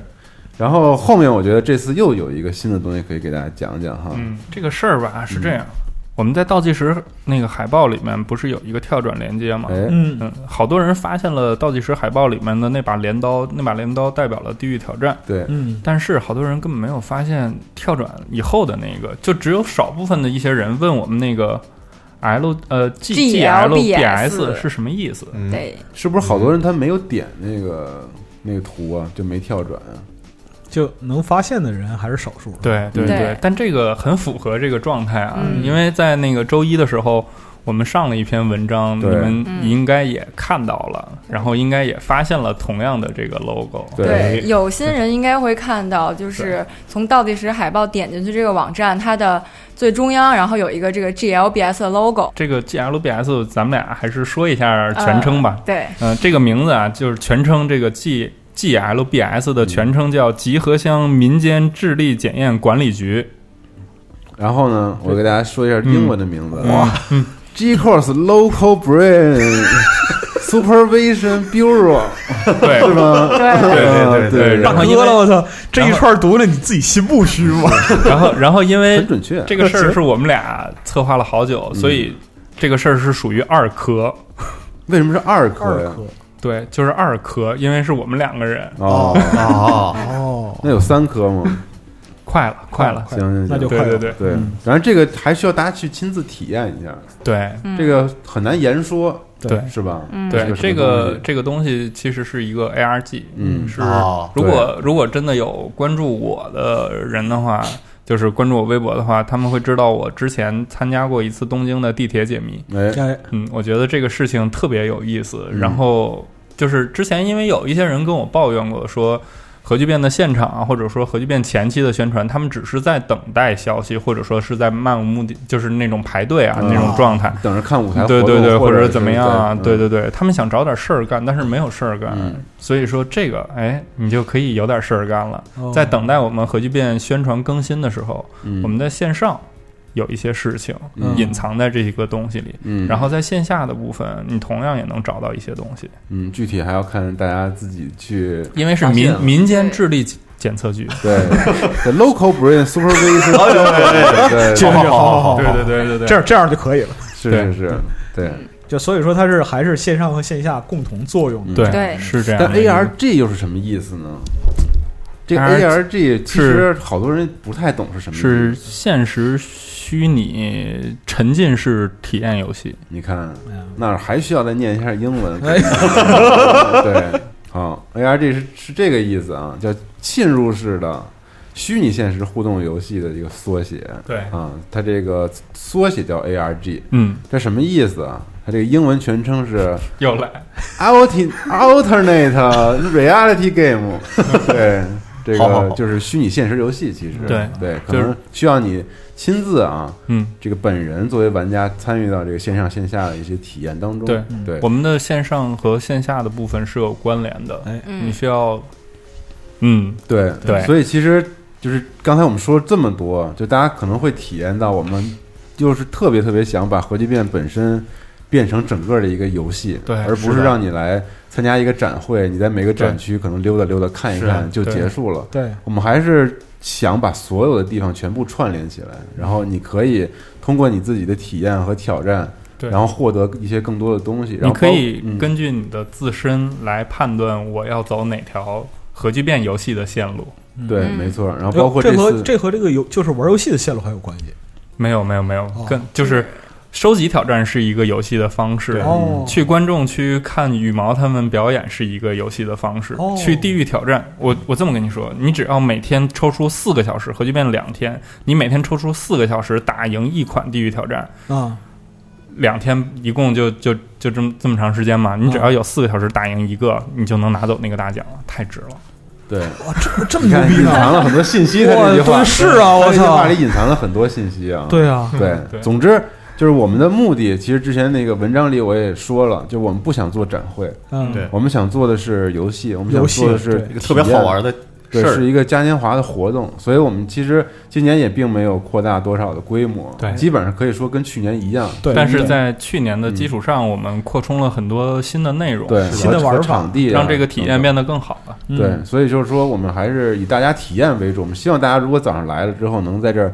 Speaker 4: 然后后面我觉得这次又有一个新的东西可以给大家讲讲哈，
Speaker 7: 嗯，这个事儿吧是
Speaker 4: 嗯
Speaker 7: 这样，我们在倒计时那个海报里面不是有一个跳转连接吗？
Speaker 4: 哎，
Speaker 5: 嗯
Speaker 7: 嗯，好多人发现了倒计时海报里面的那把镰刀，那把镰刀代表了地狱挑战。
Speaker 4: 对，
Speaker 5: 嗯，
Speaker 7: 但是好多人根本没有发现跳转以后的那个，就只有少部分的一些人问我们那个 L 呃 G G L B S 是什么意思？
Speaker 8: 嗯，
Speaker 6: 对，
Speaker 4: 是不是好多人他没有点那个那个图啊，就没跳转啊？
Speaker 5: 就能发现的人还是少数。
Speaker 7: 对对
Speaker 6: 对
Speaker 7: 但这个很符合这个状态啊，
Speaker 6: 嗯
Speaker 7: 因为在那个周一的时候。我们上了一篇文章，你
Speaker 4: 对
Speaker 7: 们
Speaker 6: 嗯
Speaker 7: 应该也看到了，然后应该也发现了同样的这个 logo。
Speaker 6: 对，有心人应该会看到，就是从倒计时海报点进去这个网站，它的最中央，然后有一个这个 GLBS 的 logo。
Speaker 7: 这个 GLBS，咱们俩还是说一下全称吧。呃
Speaker 6: 呃对，
Speaker 7: 嗯、这个名字啊，就是全称这个 G GLBS 的全称叫集合乡民间智力检验管理 局。
Speaker 4: 然后呢，
Speaker 7: 嗯
Speaker 4: 我给大家说一下英文的名字。哇，G Course Local Brain Supervision Bureau
Speaker 7: 对，
Speaker 4: 是吗？
Speaker 8: 对对
Speaker 4: 对
Speaker 8: 对
Speaker 4: 对
Speaker 5: 大
Speaker 7: 然后因
Speaker 5: 哥
Speaker 7: 为
Speaker 5: 了，我操！这一串读了，你自己心不虚吗？
Speaker 7: 然后然后因为
Speaker 4: 很准确。嗯
Speaker 7: 这个事儿是我们俩策划了好久，所以这个事儿是属于二科。
Speaker 4: 为什么是二科呀？
Speaker 7: 对，啊就是二科，因为是我们两个人。
Speaker 4: 哦，
Speaker 8: 哦，
Speaker 5: 哦，
Speaker 4: 那有三科
Speaker 7: 嗯
Speaker 4: 吗？
Speaker 7: 快了，快了，
Speaker 4: 行行
Speaker 5: 那
Speaker 4: 行
Speaker 5: 就，
Speaker 7: 对
Speaker 5: 快
Speaker 7: 对
Speaker 5: 了
Speaker 7: 对
Speaker 4: 对。然后这个还需要大家去亲自体验一下，
Speaker 7: 对
Speaker 6: 嗯
Speaker 4: 这个很难言说，
Speaker 7: 对
Speaker 4: 是吧？
Speaker 7: 对，
Speaker 4: 是
Speaker 7: 这
Speaker 4: 个什么东
Speaker 7: 个
Speaker 4: 西
Speaker 7: 这个东西其实是一个 ARG，
Speaker 4: 嗯
Speaker 7: 是
Speaker 8: 哦
Speaker 7: 如果如果真的有关注我的人的话，就是关注我微博的话，他们会知道我之前参加过一次东京的地铁解谜。
Speaker 4: 哎，
Speaker 5: 哎，
Speaker 7: 嗯，我觉得这个事情特别有意思。
Speaker 4: 嗯
Speaker 7: 然后就是之前因为有一些人跟我抱怨过说。核聚变的现场啊，或者说核聚变前期的宣传，他们只是在等待消息，或者说是在漫无目的，就是那种排队啊、
Speaker 4: 嗯
Speaker 7: 那种状态。
Speaker 4: 等着看舞台活
Speaker 7: 对
Speaker 4: 动，
Speaker 7: 对对，
Speaker 4: 或
Speaker 7: 或
Speaker 4: 者
Speaker 7: 怎么样啊？
Speaker 4: 是在
Speaker 7: 对，对对，他们想找点事儿干，但是没有事儿干
Speaker 4: 嗯，
Speaker 7: 所以说这个哎，你就可以有点事儿干了。
Speaker 5: 哦
Speaker 7: 在等待我们核聚变宣传更新的时候，
Speaker 4: 嗯
Speaker 7: 我们在线上有一些事情
Speaker 5: 嗯
Speaker 7: 隐藏在这一个东西里，
Speaker 4: 嗯，
Speaker 7: 然后在线下的部分，你同样也能找到一些东西，
Speaker 4: 嗯，具体还要看大家自己去
Speaker 7: 因为是
Speaker 4: 发现
Speaker 7: 民
Speaker 4: 了
Speaker 7: 民间智力检测局。
Speaker 4: 对 The local brain supervision，
Speaker 5: 确
Speaker 4: 对对对，
Speaker 5: 实
Speaker 8: 好
Speaker 5: 好
Speaker 8: 好好
Speaker 5: 好好，
Speaker 7: 对对对对对，
Speaker 5: 这样这样就可以了。
Speaker 4: 是是是，对。
Speaker 5: 就所以说，它是还是线上和线下共同作用的。
Speaker 7: 对
Speaker 6: 对
Speaker 7: 是这样的
Speaker 4: 嗯但
Speaker 7: 一个。
Speaker 4: ARG 又是什么意思呢？这个
Speaker 7: ARG
Speaker 4: ARG 其实好多人不太懂是什么意思。
Speaker 7: 是现实虚拟沉浸式体验游戏，
Speaker 4: 你看
Speaker 5: 嗯，
Speaker 4: 那还需要再念一下英文。
Speaker 5: 哎
Speaker 4: 对，好，ARG 是是这个意思啊，叫浸入式的虚拟现实互动游戏的一个缩写。
Speaker 7: 对
Speaker 4: 啊，它这个缩写叫 ARG，
Speaker 7: 嗯，
Speaker 4: 这什么意思啊？它这个英文全称是
Speaker 7: 又来，
Speaker 4: Altern Alternate Reality Game，对，这
Speaker 8: 好好
Speaker 4: 个
Speaker 8: 好
Speaker 4: 就是虚拟现实游戏，其实
Speaker 7: 对
Speaker 4: 对，可
Speaker 7: 就是
Speaker 4: 能需要你亲自啊，
Speaker 7: 嗯，
Speaker 4: 这个本人作为玩家参与到这个线上线下的一些体验当中，
Speaker 7: 对
Speaker 4: 对
Speaker 7: 我，们的线上和线下的部分是有关联的，
Speaker 5: 哎
Speaker 7: 你
Speaker 6: 嗯
Speaker 7: 需要，嗯，
Speaker 4: 对
Speaker 7: 对
Speaker 4: 所以其实就是刚才我们说这么多，就大家可能会体验到我们就是特别特别想把核聚变本身。变成整个的一个游戏，
Speaker 7: 对
Speaker 4: 而不
Speaker 7: 是
Speaker 4: 是
Speaker 7: 的
Speaker 4: 让你来参加一个展会，你在每个展
Speaker 7: 对
Speaker 4: 区可能溜达溜达看一看
Speaker 7: 是啊
Speaker 4: 就
Speaker 7: 对
Speaker 4: 结束了。
Speaker 5: 对，
Speaker 7: 啊
Speaker 4: 我们还是想把所有的地方全部串联起
Speaker 5: 嗯
Speaker 4: 来，然后你可以通过你自己的体验和挑战，
Speaker 7: 对，
Speaker 4: 然后获得一些更多的东西。然
Speaker 7: 你
Speaker 4: 后
Speaker 7: 可以
Speaker 4: 包嗯
Speaker 7: 根据你的自身来判断我要走哪条核聚变游戏的线路。
Speaker 4: 嗯、对，
Speaker 6: 嗯
Speaker 4: 没错。然后包括
Speaker 5: 哎这和
Speaker 4: 次，
Speaker 5: 这和这个游就是玩游戏的线路还有关系。
Speaker 7: 没有，没有，没有
Speaker 5: 哦，
Speaker 7: 跟就是收集挑战是一个游戏的方式，
Speaker 5: 哦
Speaker 7: 去观众区看羽毛他们表演是一个游戏的方式，
Speaker 5: 哦
Speaker 7: 去地狱挑战，我我这么跟你说，你只要每天抽出四个小时，核聚变两天，你每天抽出四个小时打赢一款地狱挑战，
Speaker 5: 啊，
Speaker 7: 两天一共就就就这么这么长时间嘛，你
Speaker 4: 嗯
Speaker 7: 只要有四个小时打赢一个，你就能拿走那个大奖了，太值了。
Speaker 4: 对，
Speaker 5: 哇，这这么
Speaker 4: 你
Speaker 5: 牛
Speaker 4: 看
Speaker 5: 逼
Speaker 4: 隐
Speaker 5: 呢？
Speaker 4: 藏了很多信息。他这句
Speaker 5: 哇
Speaker 4: 话
Speaker 5: 对是啊
Speaker 4: 他这句
Speaker 5: 我操
Speaker 4: 话里隐藏了很多信息啊。
Speaker 5: 对啊，
Speaker 4: 对
Speaker 7: 嗯对
Speaker 4: 总之就是我们的目的，其实之前那个文章里我也说了，就我们不想做展会，
Speaker 5: 嗯，
Speaker 8: 对
Speaker 4: 我们想做的是游戏，我们想
Speaker 5: 游戏
Speaker 4: 做的是
Speaker 5: 对
Speaker 8: 一个特别好
Speaker 4: 体验
Speaker 8: 玩的
Speaker 4: 对
Speaker 8: 事，儿
Speaker 4: 是，一个嘉年华的活动，所以我们其实今年也并没有扩大多少的规模，
Speaker 7: 对
Speaker 4: 基本上可以说跟去年一样，
Speaker 5: 对，
Speaker 7: 但是在去年的基础上，我们扩充了很多新的内容，
Speaker 4: 对，
Speaker 5: 新的玩法
Speaker 4: 和场地啊、
Speaker 7: 让这个体验
Speaker 4: 等等
Speaker 7: 变得更好了。
Speaker 5: 嗯
Speaker 4: 对，所以就是说我们还是以大家体验为主，我们希望大家如果早上来了之后能在这儿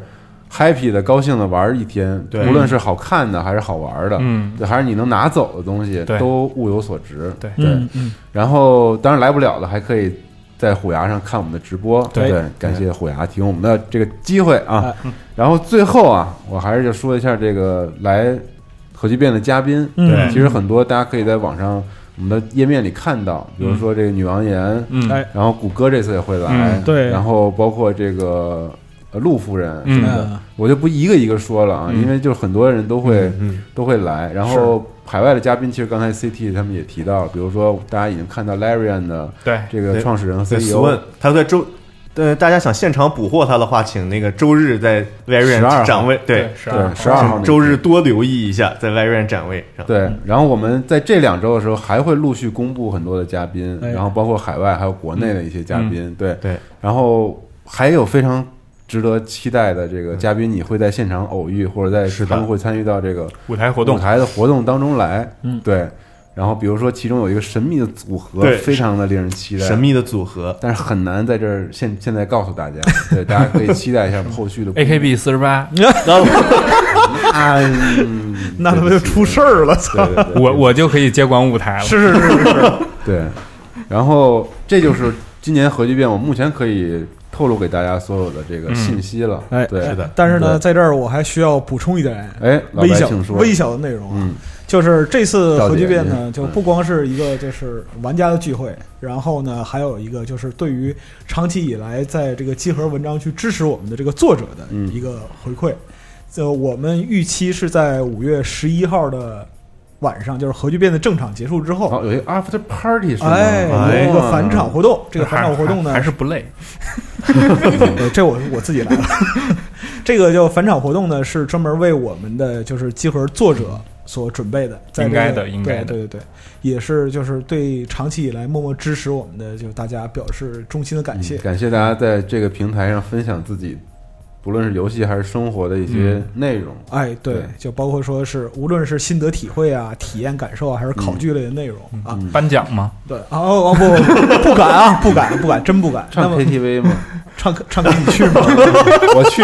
Speaker 4: happy 的、高兴的玩一天，
Speaker 8: 对
Speaker 4: 无论是好看的还是好玩的，
Speaker 7: 嗯，
Speaker 4: 对，还是你能拿走的东西，
Speaker 7: 对
Speaker 4: 都物有所值，
Speaker 7: 对
Speaker 4: 对。
Speaker 5: 嗯嗯，
Speaker 4: 然后当然来不了的还可以在虎牙上看我们的直播，
Speaker 5: 对
Speaker 4: 感谢虎牙提供我们的这个机会啊
Speaker 5: 哎。
Speaker 4: 然后最后啊，我还是就说一下这个来核聚变的嘉宾，
Speaker 5: 嗯
Speaker 4: 对其实很多大家可以在网上我们的页面里看到，比如说这个女王岩，
Speaker 7: 嗯，
Speaker 5: 哎
Speaker 4: 然后谷歌这次也会来，
Speaker 7: 嗯
Speaker 5: 对
Speaker 4: 然后包括这个呃陆夫人，
Speaker 7: 嗯
Speaker 5: 嗯
Speaker 4: 我就不一个一个说了啊，因为就是很多人都会都会来，然后海外的嘉宾，其实刚才 CT 他们也提到了，比如说大家已经看到 Larian 的
Speaker 7: 对
Speaker 4: 这个创始人和 E
Speaker 8: 对
Speaker 4: CEO，
Speaker 8: ，Swan，他在周呃，大家想现场捕获它的话，请那个周日在
Speaker 4: 12号
Speaker 8: Variant 展位，对，
Speaker 7: 是啊，
Speaker 4: 对，十二号那
Speaker 8: 请
Speaker 4: 天
Speaker 8: 周日多留意一下在 Variant 展位上。
Speaker 4: 对，然后我们在这两周的时候还会陆续公布很多的嘉宾，
Speaker 5: 哎
Speaker 4: 然后包括海外还有国内的一些嘉宾，对
Speaker 8: 对，
Speaker 4: 然后还有非常值得期待的这个嘉宾，你会在现场偶遇，或者在
Speaker 8: 是的
Speaker 4: 他们会参与到这个
Speaker 7: 舞台活动
Speaker 4: 舞台的活动当中来，嗯，对。然后比如说其中有一个神秘的组合，
Speaker 8: 对
Speaker 4: 非常的令人期待，
Speaker 8: 神，秘的组合，
Speaker 4: 但是很难在这儿现现在告诉 大家，对，大家可以期待一下后续的
Speaker 7: A K B 四十八，
Speaker 4: 啊，嗯
Speaker 5: 那他妈就出事儿了，操！
Speaker 4: 对对对，
Speaker 7: 我我就可以接管舞台了。
Speaker 5: 是是是是是，
Speaker 4: 对，然后这就是今年核聚变，我目前可以透露给大家所有的这个信息了。
Speaker 5: 哎，
Speaker 4: 对，
Speaker 8: 是的
Speaker 5: 但是呢，在这儿我还需要补充一点
Speaker 4: 哎，老
Speaker 5: 微
Speaker 4: 白
Speaker 5: 小
Speaker 4: 请说。
Speaker 5: 微小的内容啊，
Speaker 4: 嗯，
Speaker 5: 就是这次核聚变
Speaker 4: 到底
Speaker 5: 呢，
Speaker 4: 嗯
Speaker 5: 就不光是一个就是玩家的聚会，然后呢，还有一个就是对于长期以来在这个集合文章去支持我们的这个作者的
Speaker 4: 嗯
Speaker 5: 一个回馈。就我们预期是在五月十一号的晚上，就是核聚变的正场结束之后，
Speaker 4: 好，有一个 after party 是吗？
Speaker 5: 哦哎，有一个返场活动。这
Speaker 7: 这
Speaker 5: 个返场活动呢
Speaker 7: 还，是不累，
Speaker 5: 呃，这我我自己来了。 这个叫返场活动呢，是专门为我们的就是集合作者所准备的，在这
Speaker 7: 应
Speaker 5: 个
Speaker 7: 该的应该的
Speaker 5: 对对对对，也是就是对长期以来默默支持我们的，就是大家表示衷心的感谢
Speaker 4: 嗯。感谢大家在这个平台上分享自己，不论是游戏还是生活的一些内容。
Speaker 5: 哎，对，
Speaker 4: 对
Speaker 5: 就包括说是无论是心得体会啊、体验感受啊，还是
Speaker 7: 嗯
Speaker 5: 考据类的内容、啊，
Speaker 7: 颁奖吗？
Speaker 5: 对，哦哦不不不敢啊，不敢不敢，真不敢。 那
Speaker 4: 唱
Speaker 5: 么
Speaker 4: KTV 吗？
Speaker 5: 唱歌唱歌你去吗？
Speaker 4: 我 去，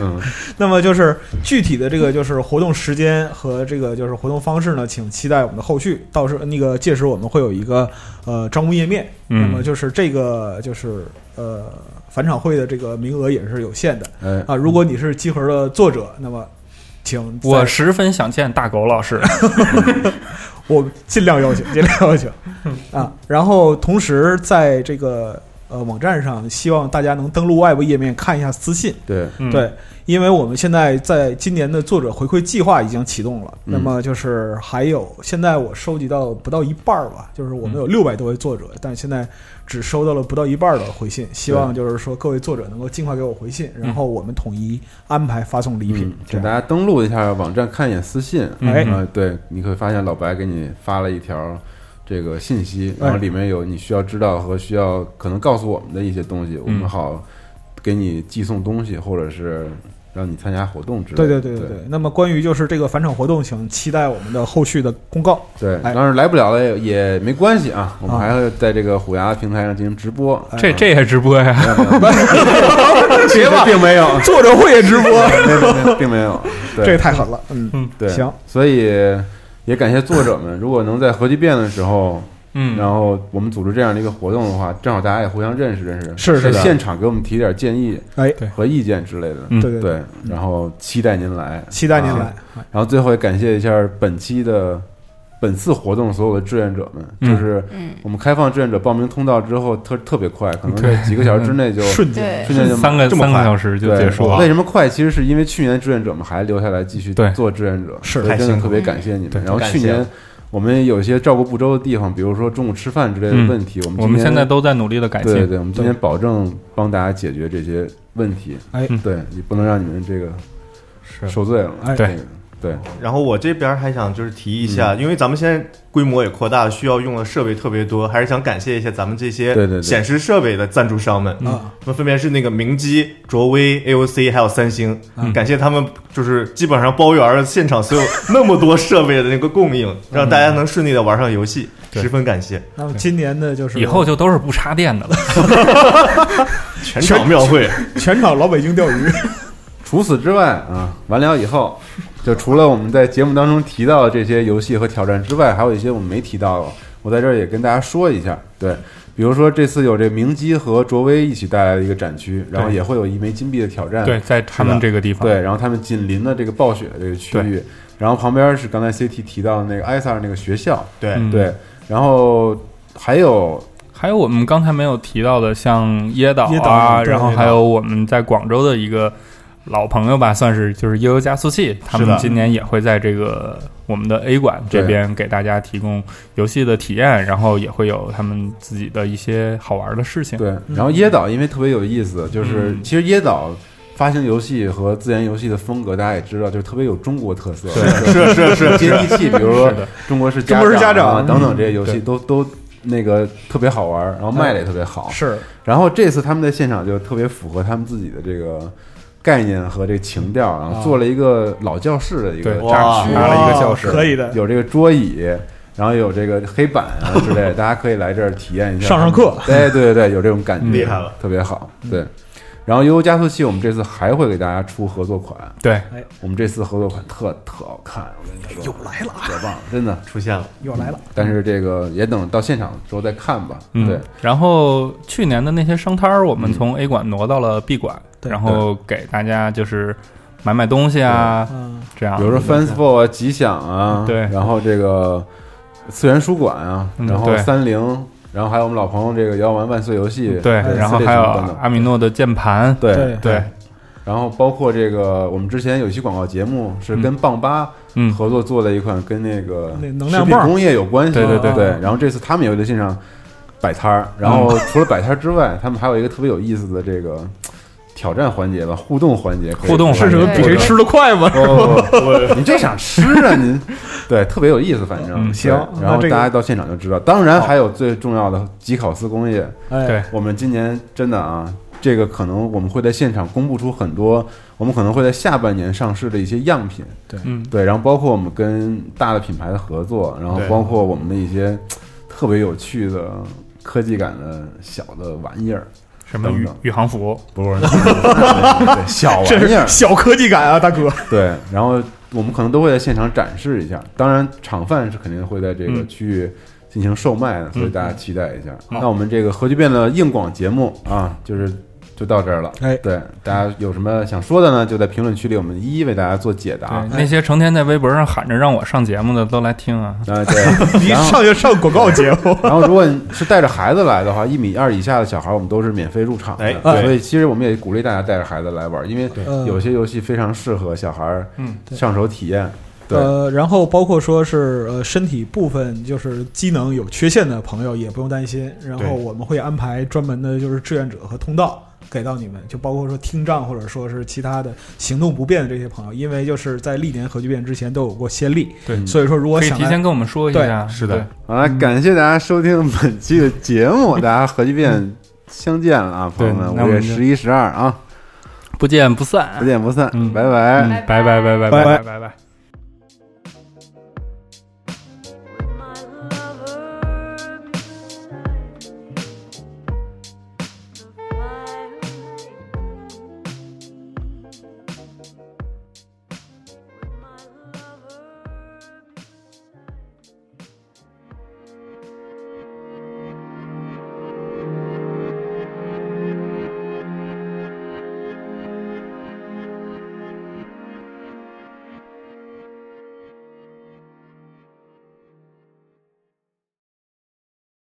Speaker 4: 嗯，
Speaker 5: 那么就是具体的这个就是活动时间和这个就是活动方式呢，请期待我们的后续。到时候那个届时我们会有一个呃招募页面，
Speaker 7: 嗯
Speaker 5: 那么就是这个就是呃返场会的这个名额也是有限的
Speaker 4: 哎，
Speaker 5: 啊。如果你是集合的作者，那么请在
Speaker 7: 我十分想见大狗老师。
Speaker 5: 我尽量要求，尽量要求 啊。然后同时在这个呃网站上，希望大家能登录 Web 页面看一下私信。
Speaker 4: 对，
Speaker 7: 嗯，
Speaker 5: 对，因为我们现在在今年的作者回馈计划已经启动了，
Speaker 4: 嗯
Speaker 5: 那么就是还有现在我收集到不到一半儿吧，就是我们有六百多位作者，但现在只收到了不到一半儿的回信，希望就是说各位作者能够尽快给我回信，然后我们统一安排发送礼品
Speaker 4: 嗯，，
Speaker 5: 这
Speaker 4: 请大
Speaker 5: 样。
Speaker 4: 家登录一下网站，看一眼私信。
Speaker 5: 哎
Speaker 7: 嗯
Speaker 4: 啊，对，你会发现老白给你发了一条这个信息，
Speaker 5: 哎
Speaker 4: 然后里面有你需要知道和需要可能告诉我们的一些东
Speaker 5: 嗯
Speaker 4: 西，我们好给你寄送东西，或者是让你参加活动之类
Speaker 5: 对
Speaker 4: 的。
Speaker 5: 对对
Speaker 4: 对
Speaker 5: 对对，那么关于就是这个返场活动，请期待我们的后续的公告。
Speaker 4: 对，
Speaker 5: 哎
Speaker 4: 当然来不了了也也没关系啊，我们
Speaker 5: 啊
Speaker 4: 还会在这个虎牙平台上进行直 播。
Speaker 7: 这这也直播呀？
Speaker 4: 别吧，并没有，
Speaker 5: 作者会也直播，
Speaker 4: 没有没有并没有，对
Speaker 5: 这也太狠了。嗯，
Speaker 4: 对，
Speaker 5: 行，
Speaker 4: 所以也感谢作者们，如果能在核聚变的时候。
Speaker 7: 嗯，
Speaker 4: 然后我们组织这样的一个活动的话，正好大家也互相认识认识，
Speaker 5: 是
Speaker 4: 在
Speaker 5: 是的
Speaker 4: 现场给我们提点建议
Speaker 5: 哎，
Speaker 7: 对
Speaker 4: 和意见之类的。
Speaker 7: 嗯
Speaker 5: 对对对，
Speaker 4: 对，然后期待您来，
Speaker 5: 期待您
Speaker 4: 啊
Speaker 5: 来。哎
Speaker 4: 然后最后也感谢一下本期的本次活动所有的志愿者们，
Speaker 7: 嗯
Speaker 4: 就是
Speaker 6: 嗯，
Speaker 4: 我们开放志愿者报名通道之后特特别快，可能在几个小时之内就瞬
Speaker 5: 瞬间
Speaker 6: 对，
Speaker 4: 间就
Speaker 7: 三个
Speaker 8: 这么
Speaker 7: 三个
Speaker 8: 快
Speaker 7: 小时就
Speaker 4: 对
Speaker 7: 结束
Speaker 4: 为
Speaker 7: 了。
Speaker 4: 什么快？其实是因为去年志愿者们还留下来继续
Speaker 7: 对
Speaker 4: 做志愿者，
Speaker 5: 是
Speaker 4: 所以
Speaker 8: 太
Speaker 4: 真
Speaker 8: 辛
Speaker 4: 的
Speaker 8: 苦
Speaker 4: 特别感谢你
Speaker 7: 对
Speaker 4: 们。然后
Speaker 8: 感
Speaker 4: 去
Speaker 8: 谢
Speaker 4: 年我们有一些照顾不周的地方，比如说中午吃饭之类的
Speaker 7: 嗯
Speaker 4: 问题，我们
Speaker 7: 我
Speaker 4: 今
Speaker 7: 们
Speaker 4: 年
Speaker 7: 现在都在努力的改
Speaker 4: 对
Speaker 7: 进。
Speaker 4: 对，我们今天保证帮大家解决这些问题。
Speaker 5: 哎
Speaker 4: 对你不能让你们这个受罪了。
Speaker 5: 哎
Speaker 7: 对
Speaker 4: 对，
Speaker 8: 然后我这边还想就是提一下，因为咱们现在规模也扩大，需要用的设备特别多，还是想感谢一下咱们这
Speaker 4: 对对对
Speaker 8: 些显示设备的赞助商们。
Speaker 5: 啊，
Speaker 8: 那分别是那个明基、卓威、AOC 还有三星，感谢他们就是基本上包圆了现场所有那么多设备的那个供应，让大家能顺利的玩上游戏，
Speaker 7: 对
Speaker 8: 十分感谢。
Speaker 5: 那么今年的就是
Speaker 7: 以后就都是不插电的了。
Speaker 8: 全场庙会，
Speaker 5: 全场老北京钓鱼。
Speaker 4: 除此之外啊，完了以后，就除了我们在节目当中提到的这些游戏和挑战之外，还有一些我们没提到的，我在这儿也跟大家说一下。对，比如说这次有这明基和卓威一起带来的一个展区，然后也会有一枚金币的挑战。
Speaker 7: 对，在他们这个地方，
Speaker 4: 对，然后他们紧邻的这个暴雪的这个区域，然后旁边是刚才 CT 提到的那个艾萨尔那个学校，
Speaker 8: 对，
Speaker 7: 嗯
Speaker 4: 对，然后还有
Speaker 7: 还有我们刚才没有提到的，像椰岛
Speaker 5: 椰
Speaker 7: 啊，
Speaker 5: 岛对
Speaker 7: 然后还有我们在广州的一个老朋友吧，算是就是悠悠加速器，他
Speaker 8: 是
Speaker 7: 们
Speaker 8: 的
Speaker 7: 今年也会在这个我们的 A 馆这边给大家提供游戏的体验，然后也会有他们自己的一些好玩的事情。
Speaker 4: 对，然后椰岛因为特别有意思，就是其实椰岛发行游戏和自研游戏的风格，大家也知道，就是特别有中国特色，
Speaker 8: 是是是
Speaker 4: 接地气。比如说
Speaker 7: 是的
Speaker 4: 中国式
Speaker 8: 中国式家
Speaker 4: 长啊
Speaker 8: 长
Speaker 4: 等等这些游戏
Speaker 7: 对
Speaker 4: 都都那个特别好玩儿，然后卖的也特别 好。
Speaker 5: 是
Speaker 4: 然后这次他们在现场就特别符合他们自己的这个概念和这个情调，然后做了一个老教室的一个
Speaker 7: 对
Speaker 4: 展
Speaker 8: 啊哇
Speaker 4: 区，啊
Speaker 8: 拿了一个教室
Speaker 5: 哦可以的，
Speaker 4: 有这个桌椅，然后有这个黑板 啊之类的，大家可以来这儿体验一下
Speaker 5: 上上课。
Speaker 4: 对对对对，有这种感觉，
Speaker 8: 厉害了，
Speaker 4: 特别好。对，然后《悠悠加速器》我们这次还会给大家出合作款，
Speaker 7: 对，
Speaker 4: 我们这次合作款特特好看，我跟你说，又来了，特棒，真的。
Speaker 8: 出现了，
Speaker 5: 又来了，
Speaker 4: 但是这个也等到现场的时候再看吧。对
Speaker 7: 嗯，，然后去年的那些商摊儿，我们从 A 馆挪到了 B 馆，
Speaker 5: 对
Speaker 7: 然后给大家就是买买东西啊，
Speaker 5: 嗯，
Speaker 7: 这样。
Speaker 4: 比如说 Fansful 啊、吉祥啊，
Speaker 7: 对
Speaker 4: 然后这个次元书馆啊，
Speaker 7: 嗯
Speaker 4: 然后
Speaker 7: 对
Speaker 4: 三菱，然后还有我们老朋友这个摇玩万岁游戏，
Speaker 7: 对，
Speaker 5: 哎
Speaker 7: 然后还有阿米诺的键盘，
Speaker 4: 对
Speaker 5: 对
Speaker 7: 嗯对，
Speaker 4: 然后包括这个，我们之前有一期广告节目是跟棒吧
Speaker 7: 嗯
Speaker 4: 合作做了一款跟那个
Speaker 5: 那能量
Speaker 4: 食品
Speaker 5: 棒
Speaker 4: 工业有关系的，
Speaker 7: 对嗯
Speaker 5: 对对
Speaker 4: 对。然后这次他们也会在现场摆摊儿，然后除了摆摊儿之外，他们还有一个特别有意思的这个挑战环节吧，互动环节可以说，
Speaker 7: 互动
Speaker 5: 嗯
Speaker 7: 环
Speaker 5: 是什么
Speaker 7: 对
Speaker 5: 比谁
Speaker 7: 对
Speaker 5: 吃的快吗？
Speaker 4: 哦，你就想吃啊您？ 对，特别有意思，反正
Speaker 7: 嗯
Speaker 4: 对
Speaker 5: 行
Speaker 4: 然
Speaker 5: 那
Speaker 4: 后
Speaker 5: 这
Speaker 4: 大
Speaker 5: 个
Speaker 4: 家到现场就知道。当然还有最重要的吉考斯工业，
Speaker 5: 哎，
Speaker 7: 对
Speaker 4: 我们今年真的啊，这个可能我们会在现场公布出很多，我们可能会在下半年上市的一些样品，
Speaker 7: 嗯，
Speaker 4: 对，然后包括我们跟大的品牌的合作，然后
Speaker 8: 对
Speaker 4: 包括我们的一些特别有趣的科技感的小的玩意儿，
Speaker 7: 什么宇
Speaker 4: 等等
Speaker 7: 宇航服，
Speaker 4: 不是 对小玩
Speaker 5: 这
Speaker 4: 意儿
Speaker 5: 是，小科技感啊，大 哥。
Speaker 4: 对，然后我们可能都会在现场展示一下，当然厂贩是肯定会在这个
Speaker 7: 嗯
Speaker 4: 区域进行售卖的，所以大家期待一下。
Speaker 7: 好
Speaker 4: 那我们这个核聚变的硬广节目啊，就是就到这儿了。
Speaker 5: 哎
Speaker 4: 对，大家有什么想说的呢？就在评论区里，我们一一为大家做解答。
Speaker 7: 对，那些成天在微博上喊着让我上节目的都来听啊，
Speaker 4: 啊，对，
Speaker 5: 一
Speaker 4: 然后
Speaker 5: 上就上广告节 目，
Speaker 4: 然后如果你是带着孩子来的话，一米二以下的小孩，我们都是免费入场的。
Speaker 8: 哎
Speaker 4: 对
Speaker 8: 对
Speaker 4: 所以其实我们也鼓励大家带着孩子来玩，因为
Speaker 5: 嗯
Speaker 4: 有些游戏非常适合小孩
Speaker 7: 嗯
Speaker 4: 上手体验。对，
Speaker 5: 呃，然后包括说是呃身体部分就是机能有缺陷的朋友也不用担心，然
Speaker 8: 对
Speaker 5: 后我们会安排专门的就是志愿者和通道给到你们，就包括说听障或者说是其他的行动不便的这些朋友，因为就是在历年核聚变之前都有过先例，
Speaker 7: 对
Speaker 5: 所以说如果
Speaker 7: 可以
Speaker 5: 想
Speaker 7: 提
Speaker 5: 来
Speaker 7: 前跟我们说一下，
Speaker 5: 对
Speaker 7: 是的，
Speaker 4: 好了，感谢大家收听本期的节目，大家合集变相见了啊，朋友们，
Speaker 7: 对那
Speaker 4: 五
Speaker 7: 我
Speaker 4: 月
Speaker 7: 们就
Speaker 4: 十一、十二啊，
Speaker 7: 不见不散
Speaker 4: 不，见不散，
Speaker 7: 嗯
Speaker 4: 拜拜。
Speaker 7: 嗯，拜拜拜拜
Speaker 5: 拜
Speaker 7: 拜拜拜。